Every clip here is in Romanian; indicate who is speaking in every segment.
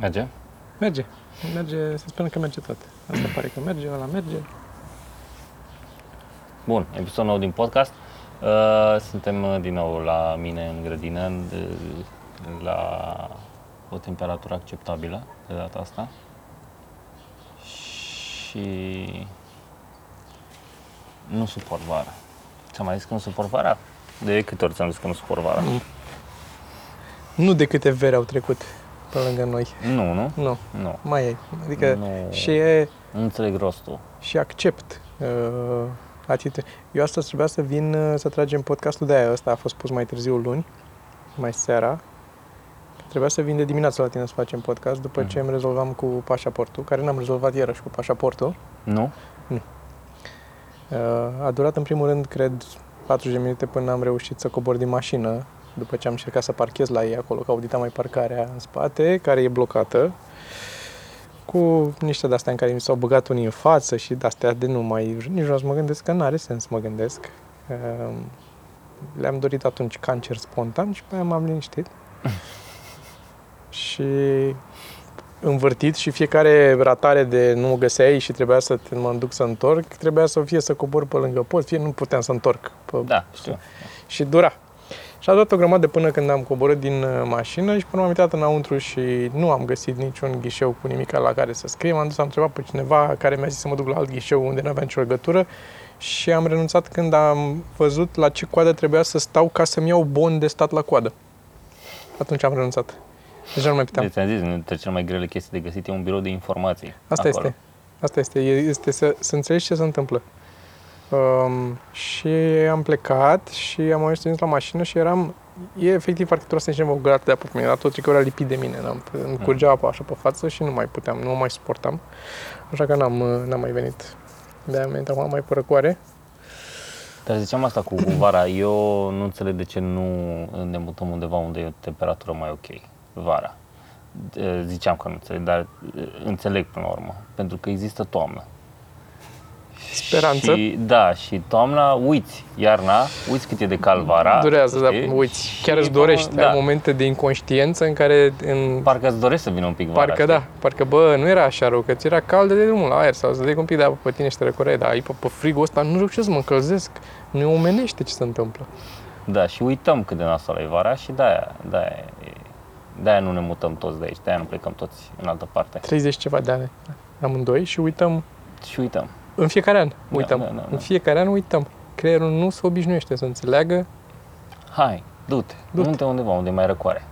Speaker 1: Merge?
Speaker 2: Merge. Merge, să sperăm că merge tot. Asta pare că merge, ăla merge.
Speaker 1: Bun, episod nou din podcast. Uh, Suntem uh, din nou la mine în grădină, în- uh, la o temperatură acceptabilă de data asta. Și nu suport vara. Ți-am mai zis că nu suport vara? De câte ori ți-am zis că nu suport vara?
Speaker 2: Nu de câte veri au trecut pe lângă noi.
Speaker 1: Nu, nu?
Speaker 2: Nu,
Speaker 1: Nu.
Speaker 2: mai e. Adică
Speaker 1: Nu.
Speaker 2: și e,
Speaker 1: Nu înțeleg rostul.
Speaker 2: și accept uh, atitudine. Eu astăzi trebuia să vin uh, să tragem podcastul de aia. Ăsta a fost pus mai târziu luni, mai seara. Trebuia să vin de dimineață la tine să facem podcast după ce
Speaker 1: Mhm.
Speaker 2: îmi rezolvam cu pașaportul, care n-am rezolvat iarăși cu pașaportul.
Speaker 1: Nu?
Speaker 2: Uh, A durat în primul rând, cred, 40 de minute până am reușit să cobor din mașină, după ce am încercat să parchez la ei acolo, că audita mai parcarea în spate, care e blocată, cu niște de-astea în care mi s-au băgat unii în față și de-astea de nu mai... Nici nu o să mă gândesc că nu are sens să mă gândesc. Uh, Le-am dorit atunci cancer spontan și pe aia m-am liniștit. și învârtit și fiecare ratare de nu găseai și trebuia să te, mă duc să întorc, trebuia să fie să cobor pe lângă pod, fie nu puteam să întorc. Pe...
Speaker 1: Da, știu.
Speaker 2: Și dura. Și a durat o grămadă până când am coborât din uh, mașină și până m-am uitat înăuntru și nu am găsit niciun ghișeu cu nimic la care să scrie. M-am dus, am întrebat pe cineva care mi-a zis să mă duc la alt ghișeu unde nu avea nicio legătură și am renunțat când am văzut la ce coadă trebuia să stau ca să-mi iau bon de stat la coadă. Atunci am renunțat. Deja nu mai puteam.
Speaker 1: Deci ți-am zis, una dintre cele mai grele chestii de găsit e un birou de informații.
Speaker 2: Asta
Speaker 1: acolo.
Speaker 2: este. Asta este. E- Este să, să înțelegi ce se întâmplă. Um, și am plecat și am ajuns la mașină și eram... E efectiv parcă să cineva o gată de apă pe mine, dar tot tricou era lipit de mine. N-am, îmi curgea apa așa pe față și nu mai puteam, nu o mai suportam. Așa că n-am, uh, n-am mai venit. De-aia am venit acum mai pe răcoare.
Speaker 1: Dar ziceam asta cu, cu vara, eu nu înțeleg de ce nu ne mutăm undeva unde e o temperatură mai ok, vara. E, Ziceam că nu înțeleg, dar e, înțeleg până la urmă, pentru că există toamnă.
Speaker 2: Speranță.
Speaker 1: Și, da, și toamna uiți, iarna, uiți cât e de cald vara.
Speaker 2: Durează, dar
Speaker 1: știi?
Speaker 2: uiți, chiar
Speaker 1: Da, Și,
Speaker 2: îți dorești.
Speaker 1: Da,
Speaker 2: Ai momente de inconștiență în care în
Speaker 1: parcă îți dorești să vină un pic vara.
Speaker 2: Parcă
Speaker 1: știi?
Speaker 2: da, parcă bă, nu era așa rău, că ți era cald de mult la aer sau să dai un pic de apă pe tine și te răcoreai, dar aici pe, pe frigul ăsta nu reușesc să mă încălzesc, nu omenește ce se întâmplă.
Speaker 1: Da, și uităm cât de nasoală e vara și de-aia, de-aia, e- de-aia nu ne mutăm toți de aici, de-aia nu plecăm toți în altă parte.
Speaker 2: 30 ceva de ani amândoi și uităm,
Speaker 1: Și uităm.
Speaker 2: în fiecare an uităm,
Speaker 1: da, da, da.
Speaker 2: în fiecare an uităm. Creierul nu se obișnuiește să înțeleagă
Speaker 1: Hai, du-te,
Speaker 2: Du-te.
Speaker 1: du-te undeva unde e mai răcoare,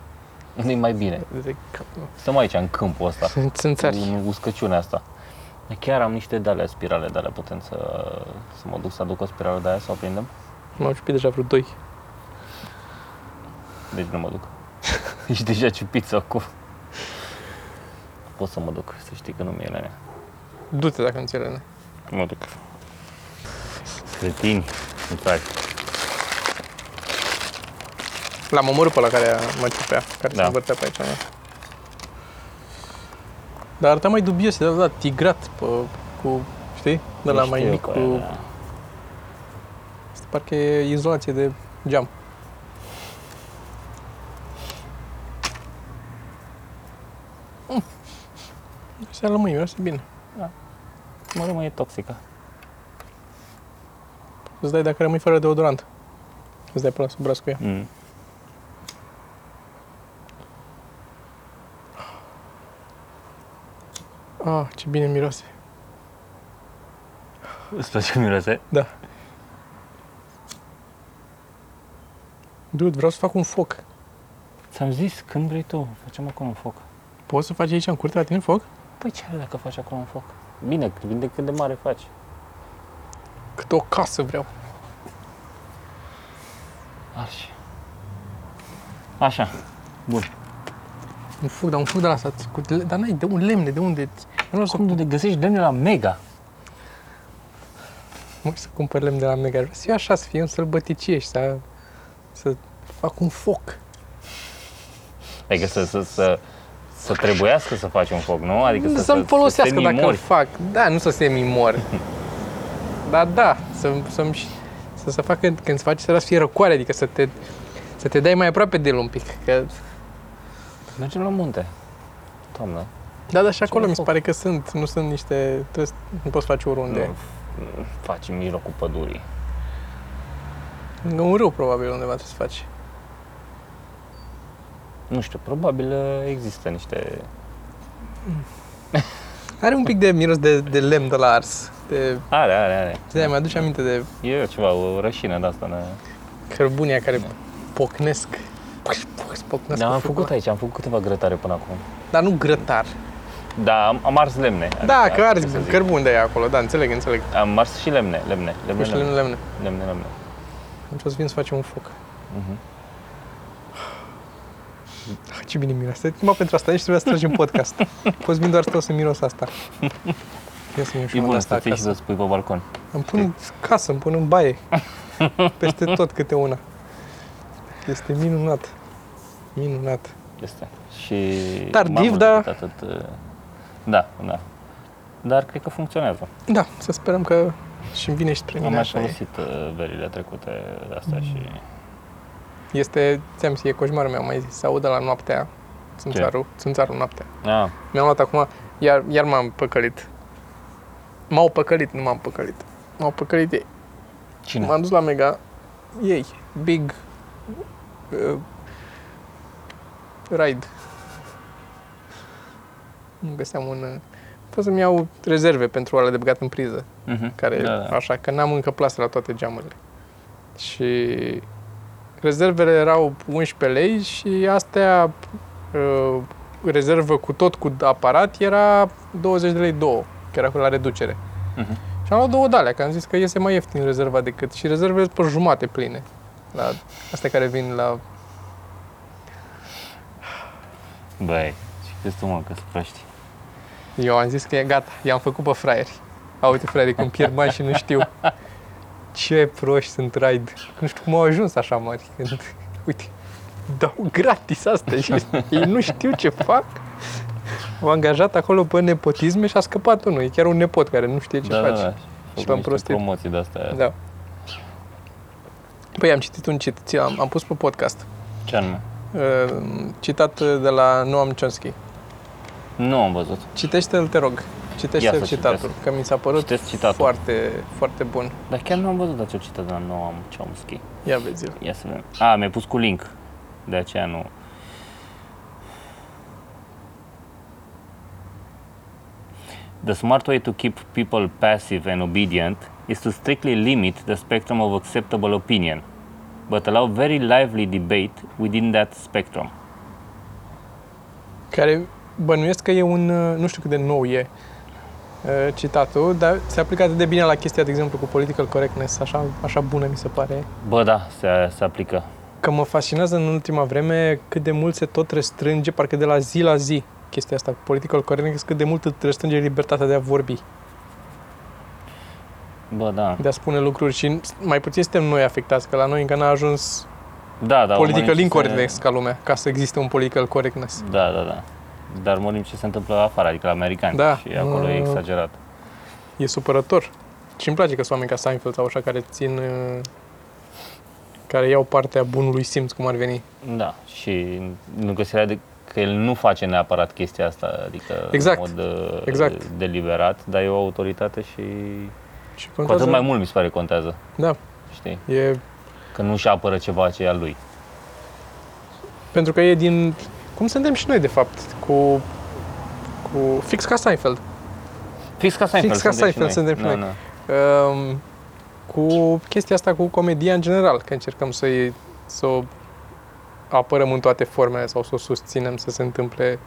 Speaker 1: unde e mai bine.
Speaker 2: de cap,
Speaker 1: Stăm aici, în câmpul ăsta,
Speaker 2: să înțelegi.
Speaker 1: în uscăciunea asta. Dar Chiar am niște de-alea, spirale de-alea, putem să, să mă duc să aduc o spirală de-aia, să o prindem?
Speaker 2: M-au ciupit deja vreo doi.
Speaker 1: Deci nu mă duc. Ești deja ciupit acum. Pot să mă duc, să știi că nu mi-e lene.
Speaker 2: Du-te dacă înțelegi.
Speaker 1: Mă duc. Cretini, îmi tragi.
Speaker 2: L-am omorât pe la care mă ciupea, care
Speaker 1: Da.
Speaker 2: se învârtea pe aici. da. Dar arăta mai dubios, de la tigrat pe, cu, știi, de la
Speaker 1: Nu
Speaker 2: mai
Speaker 1: știu
Speaker 2: mic
Speaker 1: pe
Speaker 2: cu...
Speaker 1: aia, da.
Speaker 2: Asta parcă e izolație de geam. Mm. Asta la mâini, miroase bine.
Speaker 1: Mă rămâne toxică.
Speaker 2: Îți dai dacă rămâi fără deodorant. Îți dai până sub braț cu ea.
Speaker 1: Mm.
Speaker 2: Ah, ce bine miroase.
Speaker 1: Îți place cum miroase?
Speaker 2: Da. Dude, vreau să fac un foc.
Speaker 1: Ți-am zis, când vrei tu, facem acolo un foc.
Speaker 2: Poți să faci aici în curte la tine foc?
Speaker 1: Păi ce are dacă faci acolo un foc? Bine, depinde cât de mare faci.
Speaker 2: Cât o casă vreau.
Speaker 1: Arși. Așa. Bun.
Speaker 2: Un foc, dar un foc de la asta. Cu, le- dar n-ai de un lemne, de unde? Eu nu o să,
Speaker 1: Cum de găsești lemne la Mega?
Speaker 2: mă, să cumpăr lemn de la Mega. Vreau să fiu așa, să fiu în sălbăticie și să, să fac un foc.
Speaker 1: Adică să, să, să, să trebuiască să faci un foc, nu? Adică să,
Speaker 2: să-mi folosească
Speaker 1: să
Speaker 2: dacă îl
Speaker 1: mori.
Speaker 2: fac. Da, nu să se mimor. Dar da, să, să-mi, și- să, să fac când, când îți faci să să fie răcoare, adică să te, să te dai mai aproape de el un pic. Că,
Speaker 1: Mergem la munte. Toamnă.
Speaker 2: da, dar și acolo mi se
Speaker 1: foc.
Speaker 2: pare că sunt, nu sunt niște, trebuie, să- nu poți face oriunde.
Speaker 1: Nu, f- faci în mijlocul pădurii.
Speaker 2: Nu. Un râu probabil undeva trebuie să faci.
Speaker 1: Nu știu, probabil uh, există niște...
Speaker 2: Are un pic de miros de, de lemn de la ars. De,
Speaker 1: Are, are, are.
Speaker 2: de mi-aduce aminte de
Speaker 1: E ceva, o rășină de asta. Ne...
Speaker 2: cărbunii aia care pocnesc. Pocnesc
Speaker 1: Dar
Speaker 2: cu
Speaker 1: Da, am făcut
Speaker 2: furcuna.
Speaker 1: aici, am făcut câteva grătare până acum.
Speaker 2: Dar nu grătar.
Speaker 1: Da, am, am ars lemne. adică
Speaker 2: Da, că
Speaker 1: asta trebuie
Speaker 2: arzi
Speaker 1: să zic.
Speaker 2: cărbun de aia acolo, da, înțeleg, înțeleg.
Speaker 1: Am ars și lemne, lemne, lemne,
Speaker 2: Nu știu,
Speaker 1: lemne,
Speaker 2: lemn, lemn.
Speaker 1: lemne, lemne.
Speaker 2: Deci o să vin să facem un foc.
Speaker 1: Mhm.
Speaker 2: Ah, ce bine miroase. Numai pentru asta aici trebuie să tragem podcast. Poți vin doar să stau să miros asta. Ia să-mi iau și
Speaker 1: E
Speaker 2: una de
Speaker 1: bună
Speaker 2: asta
Speaker 1: să ții și să
Speaker 2: acasă.
Speaker 1: o spui pe balcon.
Speaker 2: Îmi pun în casă, îmi pun în baie. Peste tot câte una. Este minunat. Minunat.
Speaker 1: Este. Și
Speaker 2: Tardiv,
Speaker 1: m-am
Speaker 2: dar-
Speaker 1: jucat Atât, uh, da, da. Dar cred că funcționează.
Speaker 2: Da, să sperăm că și îmi vine și spre
Speaker 1: Am
Speaker 2: mine
Speaker 1: mai
Speaker 2: așa e. Mhm.
Speaker 1: folosit uh, verile trecute de astea și...
Speaker 2: Este, ți-am zis, e coșmarul meu, am mai zis, se audă la noaptea. Țânțarul, țânțarul noaptea.
Speaker 1: Ah,
Speaker 2: Mi-am luat acum, iar, iar m-am păcălit. M-au păcălit, nu m-am păcălit. M-au păcălit ei.
Speaker 1: cine?
Speaker 2: M-am dus la Mega, ei, Big, uh, Ride. Nu găseam un... uh, Pot să-mi iau rezerve pentru oale de băgat în priză,
Speaker 1: Mhm,
Speaker 2: care
Speaker 1: da, da.
Speaker 2: așa, că n-am încă plasă la toate geamurile. Și rezervele erau 11 lei și astea, uh, rezervă cu tot cu aparat, era 20 de lei două, că era cu la reducere.
Speaker 1: Mhm.
Speaker 2: Și am luat două dalea, că am zis că iese mai ieftin rezerva decât și rezervele sunt pe jumate pline. La astea care vin la...
Speaker 1: Băi, și crezi tu, mă, că sunt proști.
Speaker 2: Eu am zis că e gata, i-am făcut pe fraieri. A, uite fraieri, când pierd bani și nu știu. Ce proști sunt raid. Nu știu cum au ajuns așa mari. Când, uite, dau gratis asta și ei nu știu ce fac. M-am angajat acolo pe nepotisme și a scăpat unul. E chiar un nepot care nu știe ce
Speaker 1: da,
Speaker 2: face.
Speaker 1: da, da. Făcut
Speaker 2: v-am
Speaker 1: niște
Speaker 2: prostit.
Speaker 1: promoții de astea.
Speaker 2: Da. Păi am citit un cit, ți- am, am pus pe podcast,
Speaker 1: Ce anume?
Speaker 2: uh, citat uh, de la Noam Chomsky.
Speaker 1: Nu am văzut.
Speaker 2: Citește-l, te rog. Citește-l
Speaker 1: să
Speaker 2: citatul,
Speaker 1: citesc.
Speaker 2: că mi s-a părut
Speaker 1: Citesc citatul.
Speaker 2: foarte, foarte bun.
Speaker 1: Dar chiar nu am văzut acel citat de la Noam Chomsky.
Speaker 2: Ia vezi-l.
Speaker 1: Ia să vedem. A, mi-ai pus cu link. De aceea nu. The smart way to keep people passive and obedient is to strictly limit the spectrum of acceptable opinion, but allow very lively debate within that spectrum.
Speaker 2: Care bănuiesc că e un, uh, nu știu cât de nou e uh, citatul, dar se aplică atât de bine la chestia, de exemplu, cu political correctness, așa, așa bună mi se pare.
Speaker 1: Bă, da, se, se aplică.
Speaker 2: Că mă fascinează în ultima vreme cât de mult se tot restrânge, parcă de la zi la zi, chestia asta cu political correctness, cât de mult îți restrânge libertatea de a vorbi.
Speaker 1: Bă, da.
Speaker 2: de a spune lucruri și mai puțin suntem noi afectați, că la noi încă n-a ajuns
Speaker 1: Da, da.
Speaker 2: da, political
Speaker 1: urmărim ce se-
Speaker 2: incorrectness ca lumea, ca să existe un political correctness.
Speaker 1: Da, da, da. Dar urmărim ce se întâmplă afară, adică la americani.
Speaker 2: Da.
Speaker 1: Și acolo e
Speaker 2: Mm.
Speaker 1: exagerat.
Speaker 2: E supărător. Și îmi place că sunt oameni ca Seinfeld sau așa care țin uh, care iau partea bunului simț, cum ar veni.
Speaker 1: Da, și nu găsirea de că el nu face neapărat chestia asta, adică
Speaker 2: Exact,
Speaker 1: în mod uh,
Speaker 2: exact.
Speaker 1: deliberat, dar e o autoritate și
Speaker 2: Și
Speaker 1: cu atât mai mult mi se pare contează,
Speaker 2: Da,
Speaker 1: știi?
Speaker 2: e,
Speaker 1: Că nu-și apără ceva ce e al lui.
Speaker 2: pentru că e din... Cum suntem și noi, de fapt, cu, cu fix ca Seinfeld.
Speaker 1: Fix ca Seinfeld
Speaker 2: Fix ca
Speaker 1: suntem
Speaker 2: Seinfeld suntem și
Speaker 1: Da,
Speaker 2: noi.
Speaker 1: da.
Speaker 2: um, cu chestia asta cu comedia în general, că încercăm să să o apărăm în toate formele sau să o susținem să se întâmple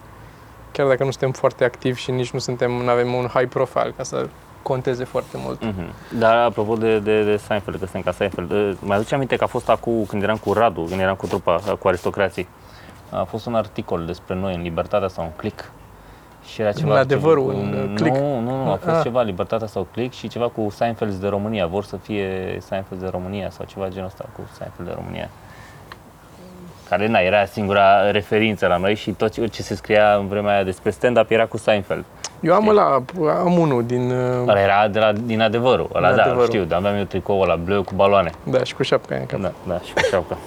Speaker 2: chiar dacă nu suntem foarte activi și nici nu suntem, nu avem un high profile ca să conteze foarte mult.
Speaker 1: Mhm. Dar apropo de, de, de Seinfeld, că suntem ca Seinfeld, uh, mai aduce aminte că a fost acum, când eram cu Radu, când eram cu trupa, uh, cu aristocrații, a fost un articol despre noi în Libertatea sau în Click. Și era ceva
Speaker 2: Adevărul,
Speaker 1: cu-
Speaker 2: în, uh,
Speaker 1: nu,
Speaker 2: Click.
Speaker 1: Nu, nu, a fost
Speaker 2: Ah.
Speaker 1: ceva Libertatea sau Click și ceva cu Seinfeld de România. Vor să fie Seinfeld de România sau ceva genul ăsta cu Seinfeld de România. care na, era singura referință la noi și tot ce se scria în vremea aia despre stand-up era cu Seinfeld.
Speaker 2: Eu am ăla, am unul din... uh,
Speaker 1: Ăla era de la, din adevărul, ăla da,
Speaker 2: Din Adevărul.
Speaker 1: adevărul. știu, dar aveam eu tricoul ăla bleu cu baloane.
Speaker 2: Da, și cu șapca aia în cap.
Speaker 1: Da, da, și cu șapcă.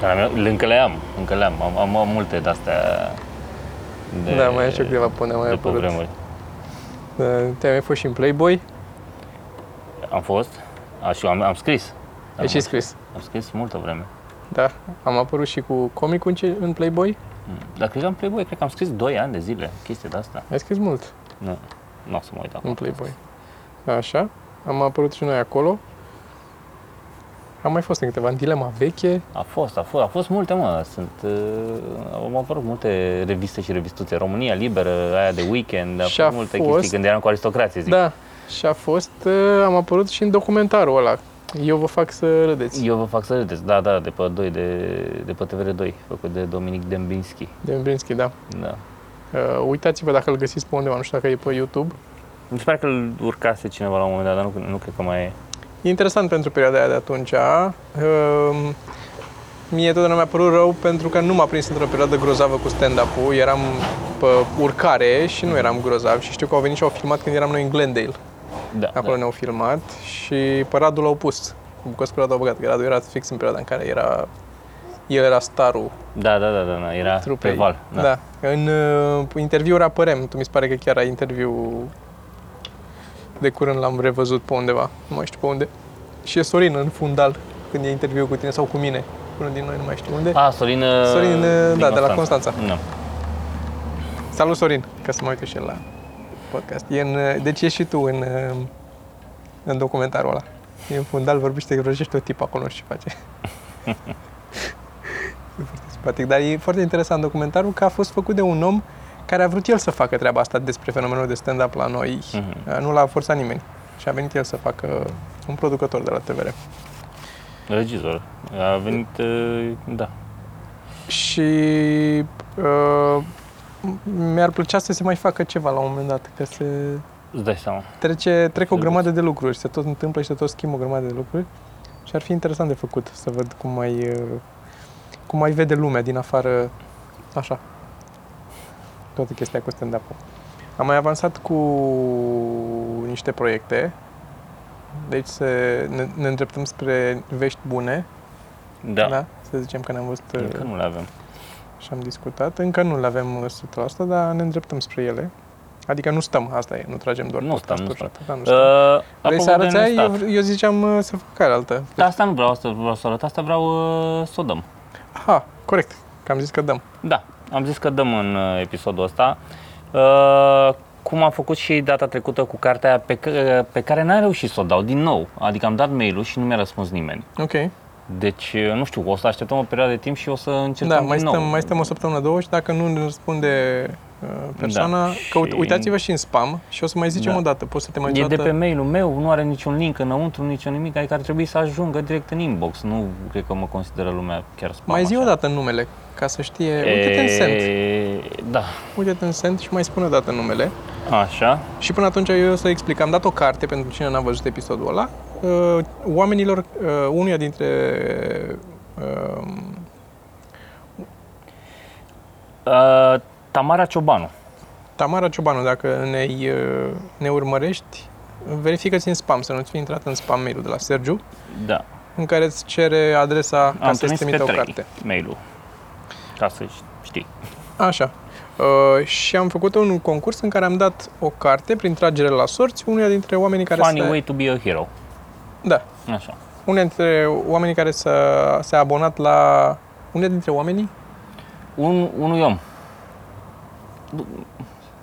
Speaker 1: Dar am, eu- încă le am, încă le am, am, am, am multe de-astea. De,
Speaker 2: Da, mai am și eu câteva pune,
Speaker 1: de
Speaker 2: mai
Speaker 1: pe
Speaker 2: apărut.
Speaker 1: vremuri.
Speaker 2: Uh, Te-ai mai fost și în Playboy?
Speaker 1: Am fost, a, și eu am, am scris.
Speaker 2: Ai și scris.
Speaker 1: Am scris multă vreme.
Speaker 2: Da. Am apărut și cu comicul în, ce- în Playboy.
Speaker 1: Dar cred că am Playboy, cred că am scris 2 ani de zile, chestia de asta.
Speaker 2: Ai scris mult
Speaker 1: Nu, nu o să mă uit acum.
Speaker 2: în Playboy. Da, Așa. Am apărut și noi acolo. Am mai fost în câteva, în dilema veche.
Speaker 1: A fost, a fost, a fost multe, mă. Sunt, uh, au apărut multe reviste și revistuțe. România Liberă, aia de weekend, a
Speaker 2: Și
Speaker 1: fost
Speaker 2: a
Speaker 1: multe
Speaker 2: fost-
Speaker 1: chestii când eram cu aristocrație, zic.
Speaker 2: Da. Și a fost, uh, am apărut și în documentarul ăla. Eu vă fac să râdeți.
Speaker 1: Păi, Eu vă fac să râdeți, da, da, de pe 2, de, de pe TVR2, făcut de Dominic Dembinski.
Speaker 2: De Mbrinski, da.
Speaker 1: Da.
Speaker 2: Uh, uitați-vă dacă îl găsiți pe undeva, nu știu dacă e pe YouTube.
Speaker 1: Mi se pare că îl urcase cineva la un moment dat, dar nu, nu cred că mai e.
Speaker 2: E interesant pentru perioada aia de atunci. Uh, mie totdeauna mi-a părut rău pentru că nu m-a prins într-o perioadă grozavă cu stand-up-ul. Eram pe urcare și nu eram grozav și știu că au venit și au filmat când eram noi în Glendale.
Speaker 1: Da,
Speaker 2: Acolo ne-au filmat și pe Radu l-au pus. Bucos pe Radu au băgat, că Radu era fix în perioada în care era... El era starul
Speaker 1: da, da, da, da, da era
Speaker 2: trupei.
Speaker 1: pe val.
Speaker 2: Da. da. În uh, interviuri apărem. Tu mi se pare că chiar ai interviu de curând l-am revăzut pe undeva, nu mai știu pe unde. Și e Sorin în fundal, când e interviu cu tine sau cu mine, cu unul din noi, nu mai știu unde.
Speaker 1: A, Sorin, uh,
Speaker 2: Sorin, uh,
Speaker 1: din
Speaker 2: da, de la Constanța.
Speaker 1: Da.
Speaker 2: Salut Sorin, ca să mă uite și el la podcast. E în, uh, deci ești și tu în, uh, în documentarul ăla. E în fundal, vorbește, vorbește o tip acolo, nu știu ce face. e foarte simpatic, dar e foarte interesant documentarul că a fost făcut de un om care a vrut el să facă treaba asta despre fenomenul de stand-up la noi.
Speaker 1: Mhm.
Speaker 2: Uh, Nu l-a forțat nimeni. Și a venit el să facă un producător de la TVR.
Speaker 1: Da. Regizor. A venit, uh, da.
Speaker 2: Și uh, mi-ar plăcea să se mai facă ceva la un moment dat, că se,
Speaker 1: Îți dai seama.
Speaker 2: trece, trec o
Speaker 1: Serios.
Speaker 2: grămadă de lucruri, se tot întâmplă și se tot schimbă o grămadă de lucruri și ar fi interesant de făcut să văd cum mai, uh, cum mai vede lumea din afară, așa, toată chestia cu stand up Am mai avansat cu niște proiecte, deci se, ne, ne îndreptăm spre vești bune,
Speaker 1: Da. da.
Speaker 2: să zicem că ne-am văzut
Speaker 1: Încă
Speaker 2: uh,
Speaker 1: nu le avem.
Speaker 2: și am discutat, încă nu le avem uh, 100%, dar ne îndreptăm spre ele. Adică nu stăm, asta e, nu tragem doar
Speaker 1: Nu stăm, nu
Speaker 2: podcasturi,
Speaker 1: stăm.
Speaker 2: da, nu stăm.
Speaker 1: Uh,
Speaker 2: Vrei să
Speaker 1: apropo de Da.
Speaker 2: arătai?
Speaker 1: nestat.
Speaker 2: Eu, eu ziceam uh, să fac care altă.
Speaker 1: Dar asta nu vreau să, vreau să arăt, asta vreau uh, să o dăm.
Speaker 2: Aha, corect. Că am zis că dăm.
Speaker 1: Da, am zis că dăm în uh, episodul ăsta. Uh, cum am făcut și data trecută cu cartea aia pe, c- pe care n-am reușit să o dau din nou. Adică am dat mail-ul și nu mi-a răspuns nimeni.
Speaker 2: Ok.
Speaker 1: Deci, uh, nu știu, o să așteptăm o perioadă de timp și o să încercăm
Speaker 2: da, mai
Speaker 1: din
Speaker 2: stăm,
Speaker 1: nou.
Speaker 2: mai stăm o săptămână, două și dacă nu ne răspunde uh, persoana,
Speaker 1: Da,
Speaker 2: da, că
Speaker 1: și-
Speaker 2: uitați-vă și în spam și o să mai zicem
Speaker 1: Da.
Speaker 2: o dată. Poți să te mai
Speaker 1: E de
Speaker 2: dată...
Speaker 1: pe mail-ul meu, nu are niciun link înăuntru, niciun nimic, adică ar trebui să ajungă direct în inbox. Nu cred că mă consideră lumea chiar spam.
Speaker 2: Mai zi
Speaker 1: așa.
Speaker 2: o dată numele, ca să știe. Uite-te în sent.
Speaker 1: E, Da,
Speaker 2: Uite-te în sent și mai spune o dată numele.
Speaker 1: așa.
Speaker 2: Și până atunci eu o să explic. Am dat o carte pentru cine n-a văzut episodul ăla. Uh, Oamenilor, uh, unuia dintre uh,
Speaker 1: Uh, Tamara Ciobanu.
Speaker 2: Tamara Ciobanu, dacă ne, ne urmărești, verifică-ți în spam, să nu-ți fi intrat în spam mail de la Sergiu,
Speaker 1: Da.
Speaker 2: în care îți cere adresa ca
Speaker 1: am
Speaker 2: să-ți
Speaker 1: trimis pe
Speaker 2: trimită o
Speaker 1: trei
Speaker 2: carte.
Speaker 1: mail-ul. Ca să știi.
Speaker 2: Așa. Uh, și am făcut un concurs în care am dat o carte, prin tragere la sorți, unuia dintre oamenii care
Speaker 1: Funny
Speaker 2: se...
Speaker 1: way to be a hero.
Speaker 2: Da.
Speaker 1: Așa.
Speaker 2: Unul dintre oamenii care s-a, s-a abonat la... Unul dintre oamenii?
Speaker 1: Un, unui om.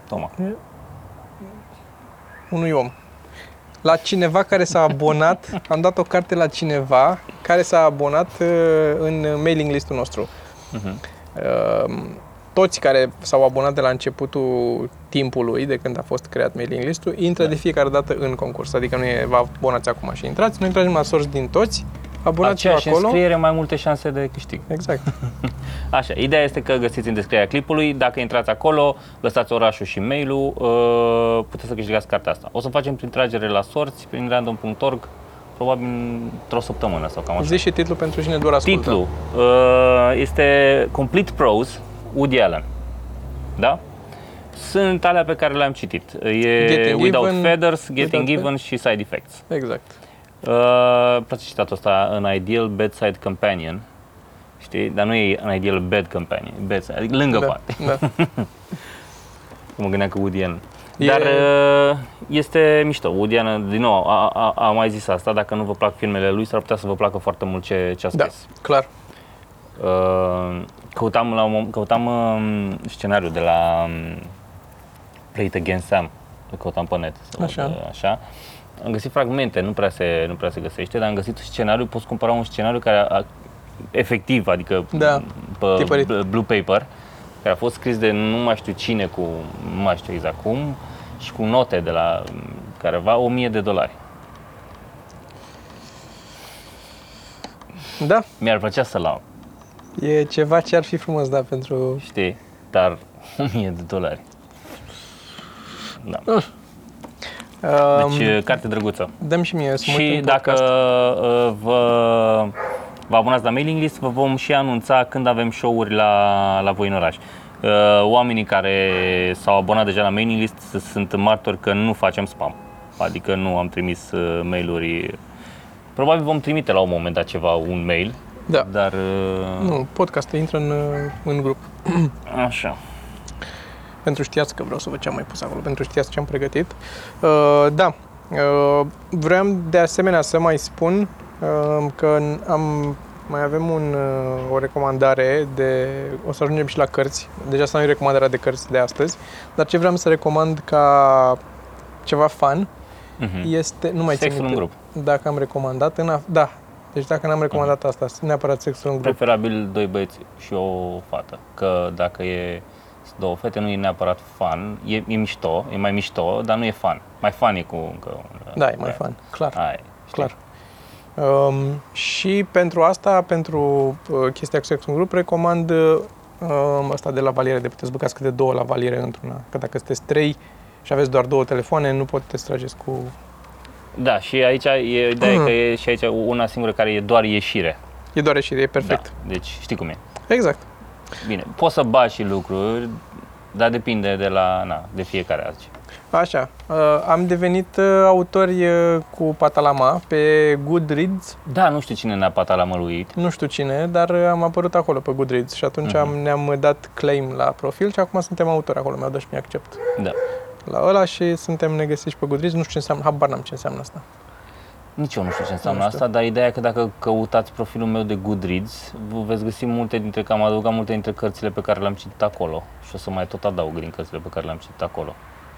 Speaker 1: Toma.
Speaker 2: unui om. La cineva care s-a abonat, am dat o carte la cineva care s-a abonat uh, în mailing listul nostru.
Speaker 1: Mhm.
Speaker 2: Uh, Toți care s-au abonat de la începutul timpului, de când a fost creat mailing listul,
Speaker 1: Da.
Speaker 2: intră de fiecare dată în concurs. Adică nu e, vă abonați acum și intrați, noi tragem la sorți din toți, abonați-vă
Speaker 1: Aceeași
Speaker 2: acolo.
Speaker 1: înscriere, mai multe șanse de câștig.
Speaker 2: Exact.
Speaker 1: Așa, ideea este că găsiți în descrierea clipului, dacă intrați acolo, lăsați orașul și mail-ul, uh, puteți să câștigați cartea asta. O să facem prin tragere la sorți, prin random.org, probabil într-o săptămână sau cam așa.
Speaker 2: Zi și titlul pentru cine doar ascultă.
Speaker 1: Titlul uh, este Complete Prose, Woody Allen. Da? Sunt alea pe care le-am citit. E
Speaker 2: Getting
Speaker 1: Without
Speaker 2: Given,
Speaker 1: Feathers,
Speaker 2: Without
Speaker 1: Getting Given și Side Effects.
Speaker 2: Exact.
Speaker 1: Uh, place citatul ăsta, An Ideal Bedside Companion. Știi? Dar nu e An Ideal Bed Companion, bedside, adică lângă
Speaker 2: da,
Speaker 1: pat.
Speaker 2: da.
Speaker 1: Mă gândeam că Woody Allen.
Speaker 2: E-
Speaker 1: Dar uh, este mișto. Woody Allen, din nou, a, a, a mai zis asta, dacă nu vă plac filmele lui, s-ar putea să vă placă foarte mult ce, ce a
Speaker 2: da,
Speaker 1: scris.
Speaker 2: clar.
Speaker 1: Uh, căutam, la un, mom- căutam um, scenariul de la um, Play It Against Sam, îl căutam pe net, sau,
Speaker 2: Așa.
Speaker 1: uh, așa. Am găsit fragmente, nu prea, se, nu prea se găsește, dar am găsit un scenariu, poți cumpăra un scenariu care a, a, efectiv, adică
Speaker 2: Da,
Speaker 1: pe
Speaker 2: tipărit.
Speaker 1: bl- Blue Paper, care a fost scris de nu mai știu cine, cu, nu mai știu exact cum, și cu note de la um, careva, 1000 de dolari.
Speaker 2: Da,
Speaker 1: Mi-ar plăcea să-l am,
Speaker 2: e ceva ce ar fi frumos, da, pentru...
Speaker 1: știi, dar 1000 de dolari. Da.
Speaker 2: Um,
Speaker 1: Deci, carte drăguță.
Speaker 2: Dăm și mie să mă uit
Speaker 1: și
Speaker 2: în
Speaker 1: dacă
Speaker 2: podcast.
Speaker 1: uh, vă, vă abonați la mailing list, vă vom și anunța când avem show-uri la, la voi în oraș. Uh, Oamenii care s-au abonat deja la mailing list sunt martori că nu facem spam. Adică nu am trimis uh, mail-uri. Probabil vom trimite la un moment dat ceva, un mail,
Speaker 2: Da.
Speaker 1: dar uh,
Speaker 2: Nu, podcastul intră în, uh, în grup.
Speaker 1: așa.
Speaker 2: Pentru știați că vreau să văd ce am mai pus acolo, pentru știați ce am pregătit. Uh, da, uh, vreau de asemenea să mai spun uh, că n- am, mai avem un, uh, o recomandare de... O să ajungem și la cărți. Deci Deja să am eu recomandarea de cărți de astăzi. Dar ce vreau să recomand ca ceva fan
Speaker 1: Mhm.
Speaker 2: este... Nu mai țin
Speaker 1: Sexul în
Speaker 2: minte
Speaker 1: grup. Hmm.
Speaker 2: Dacă am recomandat în af- Da, deci dacă n-am recomandat asta, neapărat sexul în grup.
Speaker 1: Preferabil doi băieți și o fată. Că dacă e sunt două fete, nu e neapărat fan. E, e mișto, e mai mișto, dar nu e fan. Mai fan e cu încă un... uh,
Speaker 2: Da, e mai fan, clar.
Speaker 1: Aia, e, știi?
Speaker 2: Clar. Um, și pentru asta, pentru uh, chestia cu sexul în grup, recomand uh, um, asta de la valiere, de puteți băgați câte două la valiere într-una. Că dacă sunteți trei și aveți doar două telefoane, nu puteți trageți cu...
Speaker 1: Da, și aici e ideea
Speaker 2: Hmm.
Speaker 1: e că e și aici una singură care e doar ieșire.
Speaker 2: E doar ieșire, e perfect.
Speaker 1: Da, deci știi cum e.
Speaker 2: Da. Exact.
Speaker 1: Bine, poți să bagi și lucruri, dar depinde de la, na, de fiecare azi.
Speaker 2: Așa, uh, am devenit uh, autori uh, cu Patalama pe Goodreads,
Speaker 1: Da, nu știu cine ne-a patalamă lui It.
Speaker 2: nu știu cine, dar uh, am apărut acolo pe Goodreads și atunci am, ne-am dat claim la profil și acum suntem autori acolo, mi-au dat și mie accept.
Speaker 1: Da.
Speaker 2: la ăla și suntem negăsiți pe Goodreads. Nu știu ce înseamnă, habar n-am ce înseamnă asta.
Speaker 1: Nici eu nu știu ce înseamnă
Speaker 2: Nu știu.
Speaker 1: asta, dar ideea e că dacă căutați profilul meu de Goodreads, vă veți găsi multe dintre, că am adăugat multe dintre cărțile pe care le-am citit acolo și o să mai tot adaug din cărțile pe care le-am citit acolo.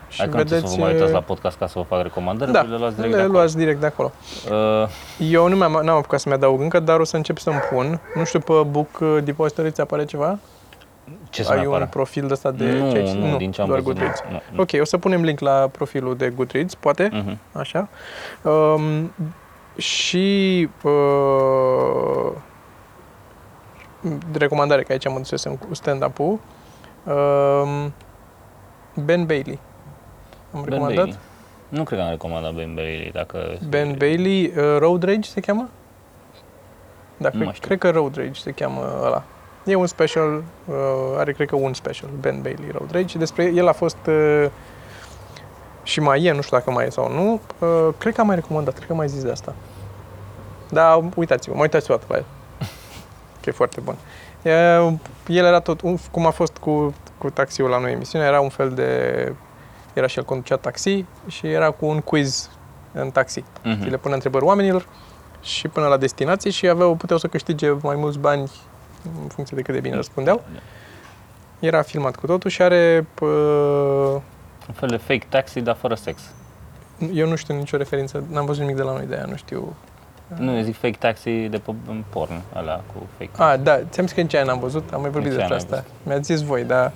Speaker 2: Și
Speaker 1: Hai că nu trebuie să vă mai uitați la podcast ca să vă fac recomandări,
Speaker 2: da,
Speaker 1: voi le luați direct
Speaker 2: le
Speaker 1: de acolo.
Speaker 2: luați direct de acolo.
Speaker 1: Uh,
Speaker 2: Eu nu mi-am, n-am apucat să-mi adaug încă, dar o să încep să-mi pun. Nu știu, pe Book Depository ți apare ceva?
Speaker 1: ce să
Speaker 2: Ai
Speaker 1: mai
Speaker 2: un
Speaker 1: apară?
Speaker 2: profil de ăsta de
Speaker 1: nu,
Speaker 2: cei-
Speaker 1: nu, din ce am
Speaker 2: doar
Speaker 1: văzut, nu,
Speaker 2: Goodreads.
Speaker 1: nu, nu.
Speaker 2: Ok, o să punem link la profilul de Goodreads, poate,
Speaker 1: Mhm.
Speaker 2: așa. Um, și uh, de recomandare, că aici am înțeles cu stand-up-ul, um, Ben Bailey. Am
Speaker 1: Ben
Speaker 2: recomandat?
Speaker 1: Bailey. Nu cred că am recomandat Ben Bailey, dacă...
Speaker 2: Ben Bailey, uh, Road Rage se cheamă? Da,
Speaker 1: Nu
Speaker 2: cred,
Speaker 1: mai știu.
Speaker 2: cred că Road Rage se cheamă ăla. E un special, uh, are cred că un special, Ben Bailey Road Rage. Despre el a fost uh, și mai e, nu știu dacă mai e sau nu. Uh, cred că am mai recomandat, cred că am mai zis de asta. Da, uitați-vă, mai uitați o dată la el. Că e foarte bun. Uh, El era tot, un- cum a fost cu, cu taxiul la noi în emisiune, era un fel de... Era și el conducea taxi și era cu un quiz în taxi.
Speaker 1: Mhm.
Speaker 2: Și le pune întrebări oamenilor și până la destinație și aveau, puteau să câștige mai mulți bani în funcție de cât de
Speaker 1: Mm.
Speaker 2: bine răspundeau.
Speaker 1: Da.
Speaker 2: Era filmat cu totul și are... pă,
Speaker 1: Un fel de fake taxi, dar fără sex.
Speaker 2: eu nu știu nicio referință, n-am văzut nimic de la noi de aia, nu știu... Ah.
Speaker 1: Nu, eu zic fake taxi de pe în porn, ăla cu fake taxi.
Speaker 2: A, da, ți-am zis că nici aia n-am văzut, am mai vorbit
Speaker 1: Nici
Speaker 2: despre
Speaker 1: aia n-ai
Speaker 2: asta. Mi-ați zis voi, dar...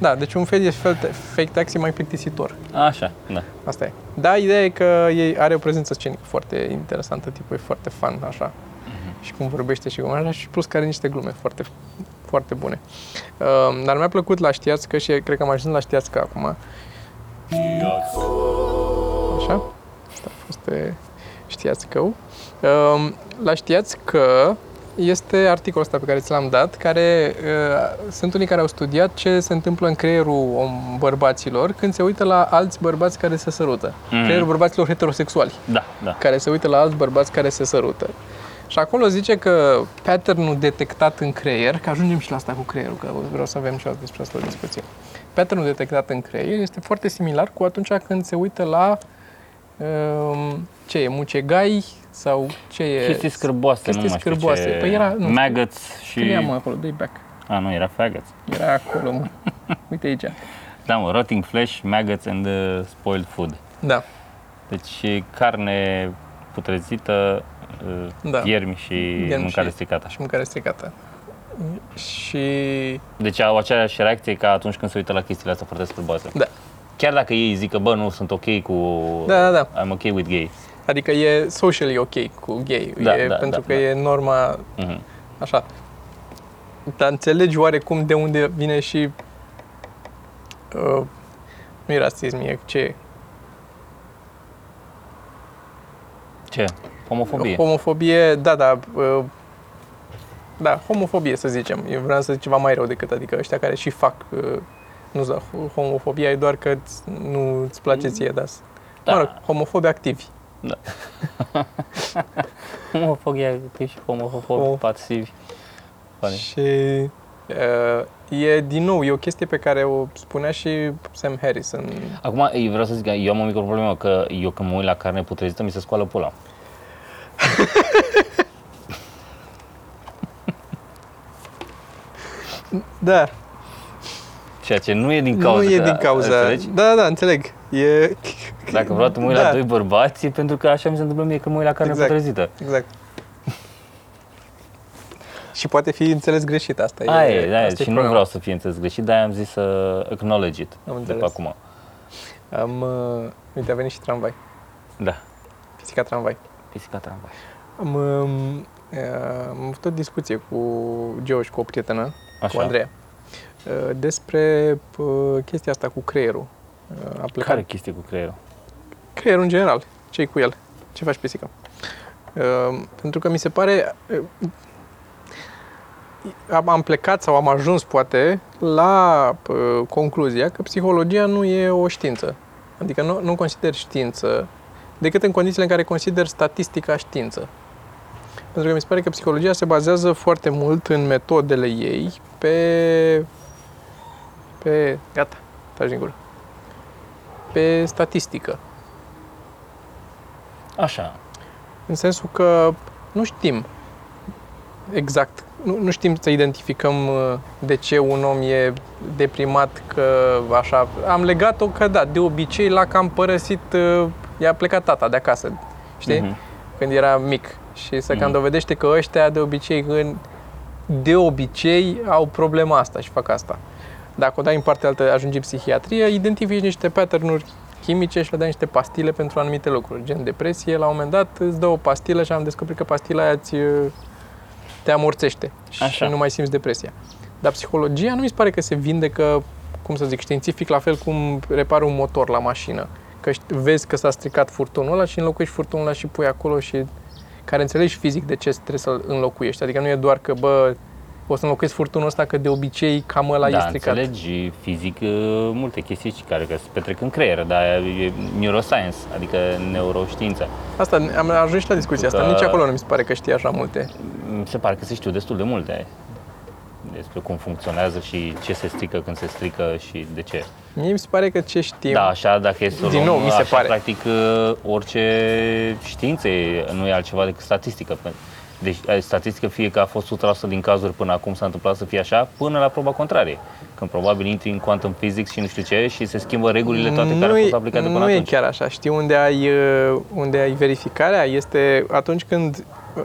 Speaker 2: Da, deci un fel de fel de fake taxi mai plictisitor.
Speaker 1: Așa, da.
Speaker 2: Asta e. Da, ideea e că ei are o prezență scenică foarte interesantă, tipul e foarte fan, așa. Și cum vorbește și cum așa, și plus că are niște glume foarte, foarte bune. Um, dar mi-a plăcut la Știați că și cred că am ajuns la Știați că acum. Așa? Asta a fost... E... știați că. Um, La știați că este articolul ăsta pe care ți l-am dat, care uh, sunt unii care au studiat ce se întâmplă în creierul om- bărbaților când se uită la alți bărbați care se sărută.
Speaker 1: Mm.
Speaker 2: Mm. Creierul bărbaților heterosexuali
Speaker 1: Da, da.
Speaker 2: care se uită la alți bărbați care se sărută. Și acolo zice că patternul detectat în creier, că ajungem și la asta cu creierul, că vreau să avem și la despre asta o discuție. Patternul detectat în creier este foarte similar cu atunci când se uită la um, ce e, mucegai sau ce e...
Speaker 1: Chestii scârboase,
Speaker 2: chestii
Speaker 1: nu mai
Speaker 2: scârboase.
Speaker 1: Știu ce...
Speaker 2: Păi era- nu.
Speaker 1: Maggots și...
Speaker 2: Scria, mă, acolo, dai back.
Speaker 1: A, nu, era faggots.
Speaker 2: Era acolo, mă. Uite aici.
Speaker 1: Da, mă, rotting flesh, maggots and uh, spoiled food.
Speaker 2: Da.
Speaker 1: Deci carne putrezită, uh,
Speaker 2: Da.
Speaker 1: iermi și
Speaker 2: Iermi
Speaker 1: mâncare
Speaker 2: și-
Speaker 1: stricată. Așa.
Speaker 2: Și mâncare stricată. Și...
Speaker 1: Deci au aceeași reacție ca atunci când se uită la chestiile astea foarte scârboase.
Speaker 2: Da.
Speaker 1: Chiar dacă ei zic că, bă, nu, sunt ok cu...
Speaker 2: Da, da, da.
Speaker 1: I'm ok with gay.
Speaker 2: Adică e socially ok cu gay,
Speaker 1: Da,
Speaker 2: e
Speaker 1: da,
Speaker 2: pentru
Speaker 1: da,
Speaker 2: că
Speaker 1: da.
Speaker 2: e norma
Speaker 1: Mhm.
Speaker 2: Așa. Dar înțelegi oarecum de unde vine și... Uh, nu e rasism, e ce e?
Speaker 1: Ce? Homofobie.
Speaker 2: Homofobie, da, da. Uh, da, homofobie să zicem. Eu vreau să zic ceva mai rău decât, adică ăștia care și fac... Uh, nu da, homofobia e doar că ți- nu îți place ție, dar...
Speaker 1: Da.
Speaker 2: Da. Mă rog, homofobi activi.
Speaker 1: Homofobia activ și homofob
Speaker 2: Hom-
Speaker 1: pasiv. Funny.
Speaker 2: Și uh, e, din nou, e o chestie pe care o spunea și Sam Harris în...
Speaker 1: Acum ei, vreau să zic că eu am o mică problemă, că eu când mă uit la carne putrezită mi se scoală pula.
Speaker 2: Da,
Speaker 1: Ceea ce nu e din cauza.
Speaker 2: nu e
Speaker 1: că-
Speaker 2: din cauza.
Speaker 1: Înțelegi?
Speaker 2: Da, da, înțeleg. E...
Speaker 1: Dacă vreau să mă uit
Speaker 2: da,
Speaker 1: la doi bărbați, e pentru că așa mi se întâmplă mie când mă uit la carne
Speaker 2: Exact.
Speaker 1: putrezită.
Speaker 2: Exact. și poate fi înțeles greșit asta.
Speaker 1: Aia e, da,
Speaker 2: asta
Speaker 1: și nu
Speaker 2: problema.
Speaker 1: vreau să fie înțeles greșit, de-aia am zis să acknowledge it
Speaker 2: Am
Speaker 1: de
Speaker 2: înțeles.
Speaker 1: pe acum.
Speaker 2: Am, uh, uite, a venit și tramvai.
Speaker 1: Da,
Speaker 2: Pisica tramvai.
Speaker 1: pisica tramvai.
Speaker 2: Am, um, uh, am avut o discuție cu Geo și cu o prietenă, cu
Speaker 1: Așa.
Speaker 2: Andreea, uh, despre uh, chestia asta cu creierul. Uh, A plecat
Speaker 1: Care chestie cu creierul?
Speaker 2: creierul în general. ce cu el? Ce faci pisică? Uh, pentru că mi se pare... Uh, am, am plecat sau am ajuns, poate, la uh, concluzia că psihologia nu e o știință. Adică nu, nu consider știință decât în condițiile în care consider statistica știință. Pentru că mi se pare că psihologia se bazează foarte mult în metodele ei pe... pe... gata, tragi din gură. Pe statistică.
Speaker 1: Așa.
Speaker 2: În sensul că nu știm exact, nu, nu știm să identificăm uh, de ce un om e deprimat, că așa... Am legat-o că da, de obicei l-a cam părăsit, uh, i-a plecat tata de acasă, știi?
Speaker 1: Mhm.
Speaker 2: Când era mic. Și să cam
Speaker 1: Mhm.
Speaker 2: dovedește că ăștia de obicei în, de obicei au problema asta și fac asta. Dacă o dai în partea altă, ajungi în psihiatrie, identifici niște patternuri chimice și le dai niște pastile pentru anumite lucruri, gen depresie, la un moment dat îți dă o pastilă și am descoperit că pastila aia ți, uh, te amorțește și
Speaker 1: Așa.
Speaker 2: nu mai simți depresia. Dar psihologia nu mi se pare că se vindecă, cum să zic, științific, la fel cum repar un motor la mașină. Că ști- vezi că s-a stricat furtunul ăla și înlocuiești furtunul ăla și pui acolo și care înțelegi fizic de ce trebuie să-l înlocuiești. Adică nu e doar că, bă, o să înlocuiesc furtunul ăsta că de obicei cam ăla e
Speaker 1: da,
Speaker 2: stricat.
Speaker 1: înțelegi fizic uh, multe chestii și care că se petrec în creier, dar e neuroscience, adică neuroștiință.
Speaker 2: Asta, am ajuns și la discuția asta.
Speaker 1: Că-
Speaker 2: Nici acolo nu mi se pare că știi așa multe.
Speaker 1: Mi Mm, se pare că se știu destul de multe despre cum funcționează și ce se strică când se strică și de ce.
Speaker 2: Mie mi se pare că ce știm...
Speaker 1: Da, așa dacă e să o
Speaker 2: Din
Speaker 1: luăm,
Speaker 2: nou, mi se
Speaker 1: așa,
Speaker 2: pare.
Speaker 1: practic uh, orice știință e- nu e altceva decât statistică. Deci eh, statistică fie că a fost 100% din cazuri până acum s-a întâmplat să fie așa, până la proba contrarie. Când probabil intri în quantum physics și nu știu ce și se schimbă regulile toate care au
Speaker 2: e-
Speaker 1: fost aplicate până
Speaker 2: nu
Speaker 1: atunci.
Speaker 2: e chiar așa. Știi unde ai, uh, unde ai verificarea? Este atunci când uh,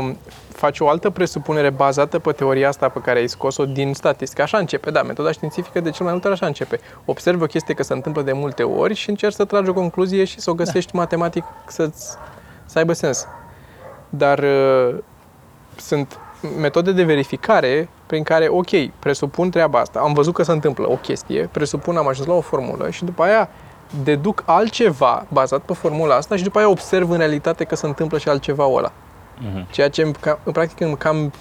Speaker 2: um, faci o altă presupunere bazată pe teoria asta pe care ai scos-o din statistică. Așa începe, da, metoda științifică de cel mai multe ori așa începe. Observi o chestie că se întâmplă de multe ori și încerci să tragi o concluzie și să o găsești
Speaker 1: Da.
Speaker 2: matematic să-ți, să aibă sens. Dar uh, sunt metode de verificare prin care, ok, presupun treaba asta, am văzut că se întâmplă o chestie, presupun, am ajuns la o formulă și după aia deduc altceva bazat pe formula asta și după aia observ în realitate că se întâmplă și altceva ăla.
Speaker 1: Mhm.
Speaker 2: Ceea ce, îmi cam- în practic, îmi, cam,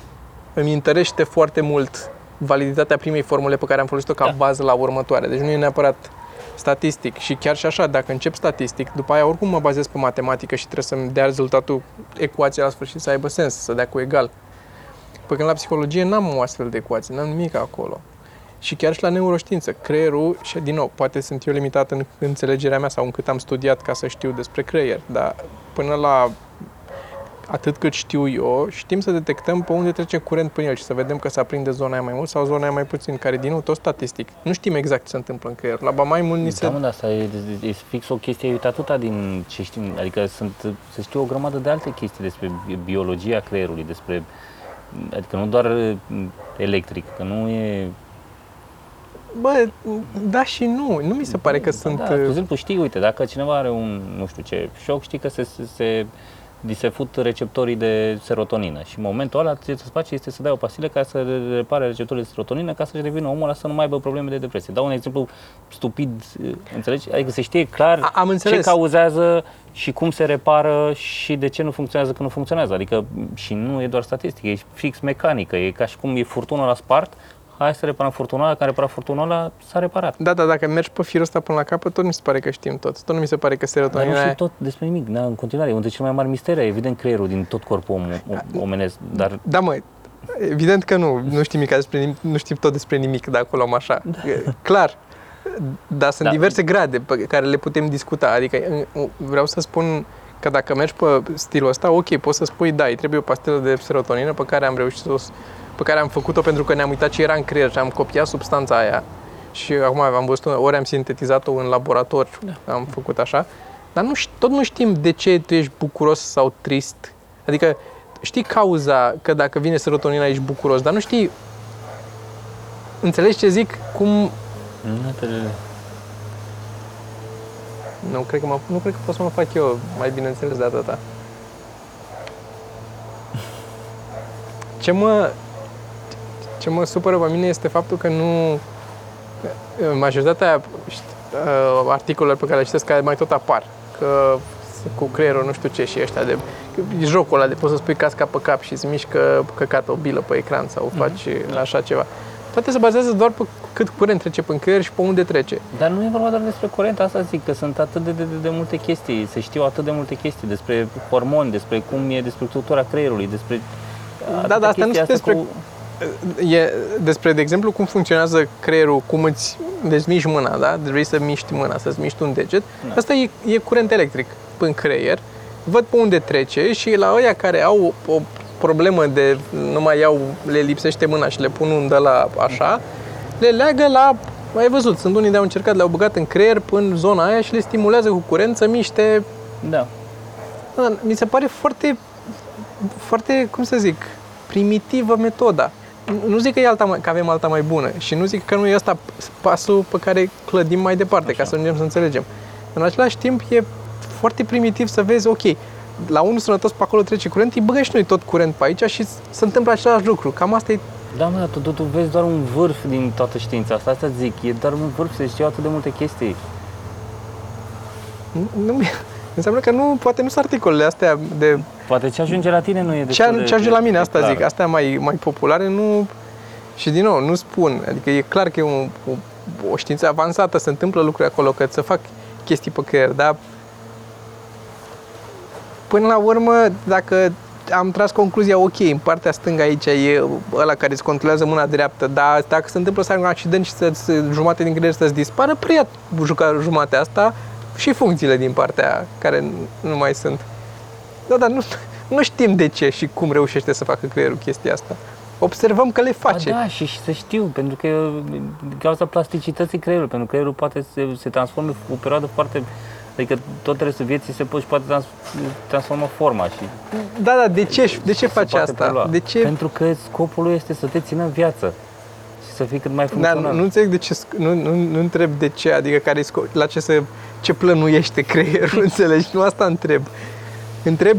Speaker 2: îmi întărește foarte mult validitatea primei formule pe care am folosit-o ca
Speaker 1: Da.
Speaker 2: bază la următoare. Deci nu e neapărat statistic și chiar și așa, dacă încep statistic, după aia oricum mă bazez pe matematică și trebuie să-mi dea rezultatul ecuației la sfârșit să aibă sens, să dea cu egal. Pe Păi când la psihologie n-am o astfel de ecuație, n-am nimic acolo. Și chiar și la neuroștiință, creierul, și din nou, poate sunt eu limitat în înțelegerea mea sau în cât am studiat ca să știu despre creier, dar până la atât cât știu eu, știm să detectăm pe unde trece curent prin el și să vedem că se aprinde zona aia mai mult sau zona aia mai puțin, care din nou tot statistic. Nu știm exact ce se întâmplă în creier. La ba mai mult ni se...
Speaker 1: Da, mă, dar asta e, e, e fix o chestie, uite atâta din ce știm, adică sunt, să știu o grămadă de alte chestii despre bi- biologia creierului, despre, adică nu doar m, electric, că nu e...
Speaker 2: Bă, da și nu. Nu mi se pare că
Speaker 1: da,
Speaker 2: sunt... uh,
Speaker 1: Da, de exemplu, știi, uite, dacă cineva are un, nu știu ce, șoc, știi că se, se, se li se fut receptorii de serotonină și în momentul ăla ce să faci este să dai o pastilă ca să re- repare receptorii de serotonină ca să-și revină omul ăla să nu mai aibă probleme de depresie. Dau un exemplu stupid, înțelegi? Adică se știe clar
Speaker 2: A- am înțeles.
Speaker 1: ce cauzează și cum se repară și de ce nu funcționează când nu funcționează. Adică și nu e doar statistică, e fix mecanică, e ca și cum e furtuna la spart, hai să reparăm furtuna ăla, că a reparat furtuna ăla, s-a reparat.
Speaker 2: Da, da, dacă mergi pe firul ăsta până la capăt, tot mi se pare că știm tot. Tot nu mi se pare că
Speaker 1: Dar nu
Speaker 2: serotonina
Speaker 1: știu
Speaker 2: aia...
Speaker 1: tot despre nimic, da, în continuare, e unul dintre cele mai mari mistere, evident, creierul din tot corpul om, o- omenesc, dar
Speaker 2: Da, mă, evident că nu. Nu știm, nimic despre, nim- nu știm tot despre nimic dacă o luăm așa. E Clar. Dar sunt
Speaker 1: Da.
Speaker 2: da. diverse grade pe care le putem discuta. Adică în- vreau să spun că dacă mergi pe stilul ăsta, ok, poți să spui, da, îi trebuie o pastilă de serotonină pe care am reușit să o s- pe care am făcut-o pentru că ne-am uitat ce era în creier și am copiat substanța aia și acum am văzut, ori am sintetizat-o în laborator, da. am făcut așa, dar nu, ș- tot nu știm de ce tu ești bucuros sau trist. Adică știi cauza că dacă vine serotonina ești bucuros, dar nu știi, înțelegi ce zic, cum
Speaker 1: nu te...
Speaker 2: nu cred, că mă, nu cred că pot să mă fac eu mai bine înțeles de atâta. Ce mă, ce mă supără pe mine este faptul că nu... Majoritatea ști- uh, articolelor pe care le citesc care mai tot apar, că sunt cu creierul nu știu ce și ăștia de... e Jocul ăla de poți să spui casca pe cap și îți mișcă căcată o bilă pe ecran sau faci așa ceva. Toate se bazează doar pe cât curent trece prin creier și pe unde trece.
Speaker 1: Dar nu e vorba doar despre curent, asta zic, că sunt atât de, de, de, de multe chestii, se știu atât de multe chestii despre hormoni, despre cum e, despre structura creierului, despre... atâtea
Speaker 2: Da, dar astea nu
Speaker 1: chestii,
Speaker 2: sunt despre- E despre, de exemplu, cum funcționează creierul, cum îți dezmiști mâna, da? Vrei să miști mâna, să-ți miști un deget.
Speaker 1: Da.
Speaker 2: Asta e, e curent electric în creier. Văd pe unde trece și la ăia care au o, o problemă de nu mai iau, le lipsește mâna și le pun un de la așa, le leagă la ai văzut, sunt unii de au încercat, le-au băgat în creier până în zona aia și le stimulează cu curent să miște
Speaker 1: Da.
Speaker 2: Da, mi se pare foarte, foarte, cum să zic, primitivă metoda. Nu- Nu zic că, e alta, mai- că avem alta mai bună și nu zic că nu e asta pasul pe care clădim mai departe, Așa. ca
Speaker 1: Așa.
Speaker 2: să ajungem să înțelegem. În același timp, e foarte primitiv să vezi, ok, la unul sănătos pe acolo trece curent, îi băgă și noi tot curent pe aici și se întâmplă același lucru. Cam asta e
Speaker 1: Da, mă, dar tu, tu, tu vezi doar un vârf din toată știința asta, asta zic, e doar un vârf, se știu atât de multe chestii.
Speaker 2: nu- nu, înseamnă că nu, poate nu sunt articolele astea de
Speaker 1: Poate ce ajunge la tine nu e
Speaker 2: ce,
Speaker 1: destul de...
Speaker 2: a- ce ajunge la mine,
Speaker 1: de
Speaker 2: asta
Speaker 1: clar.
Speaker 2: zic, astea mai, mai populare, nu... Și din nou, nu spun, adică e clar că e un, o, o știință avansată, se întâmplă lucruri acolo, că să fac chestii pe creier, dar până la urmă, dacă am tras concluzia, ok, în partea stângă aici e ăla care îți controlează mâna dreaptă, dar dacă se întâmplă să ai un accident și să jumate din greier să-ți dispară, preia juca jumatea asta și funcțiile din partea care nu mai sunt. Da, dar nu, nu știm de ce și cum reușește să facă creierul chestia asta. Observăm că le face.
Speaker 1: Ba Da, și, și să știu, pentru că e din cauza plasticității creierului, pentru că creierul poate se, se transforme o perioadă foarte... Adică tot restul vieții se poate, poate trans, transforma forma și
Speaker 2: da, da, de ce, de ce
Speaker 1: se
Speaker 2: face
Speaker 1: poate
Speaker 2: asta?
Speaker 1: prelua.
Speaker 2: De ce?
Speaker 1: Pentru că scopul lui este să te țină în viață și să fii cât mai
Speaker 2: Da,
Speaker 1: funcțional.
Speaker 2: nu, nu înțeleg de ce, sc- nu, nu, nu întreb de ce, adică care e sco- la ce se, ce plănuiește creierul, înțelegi? Nu asta întreb. Întreb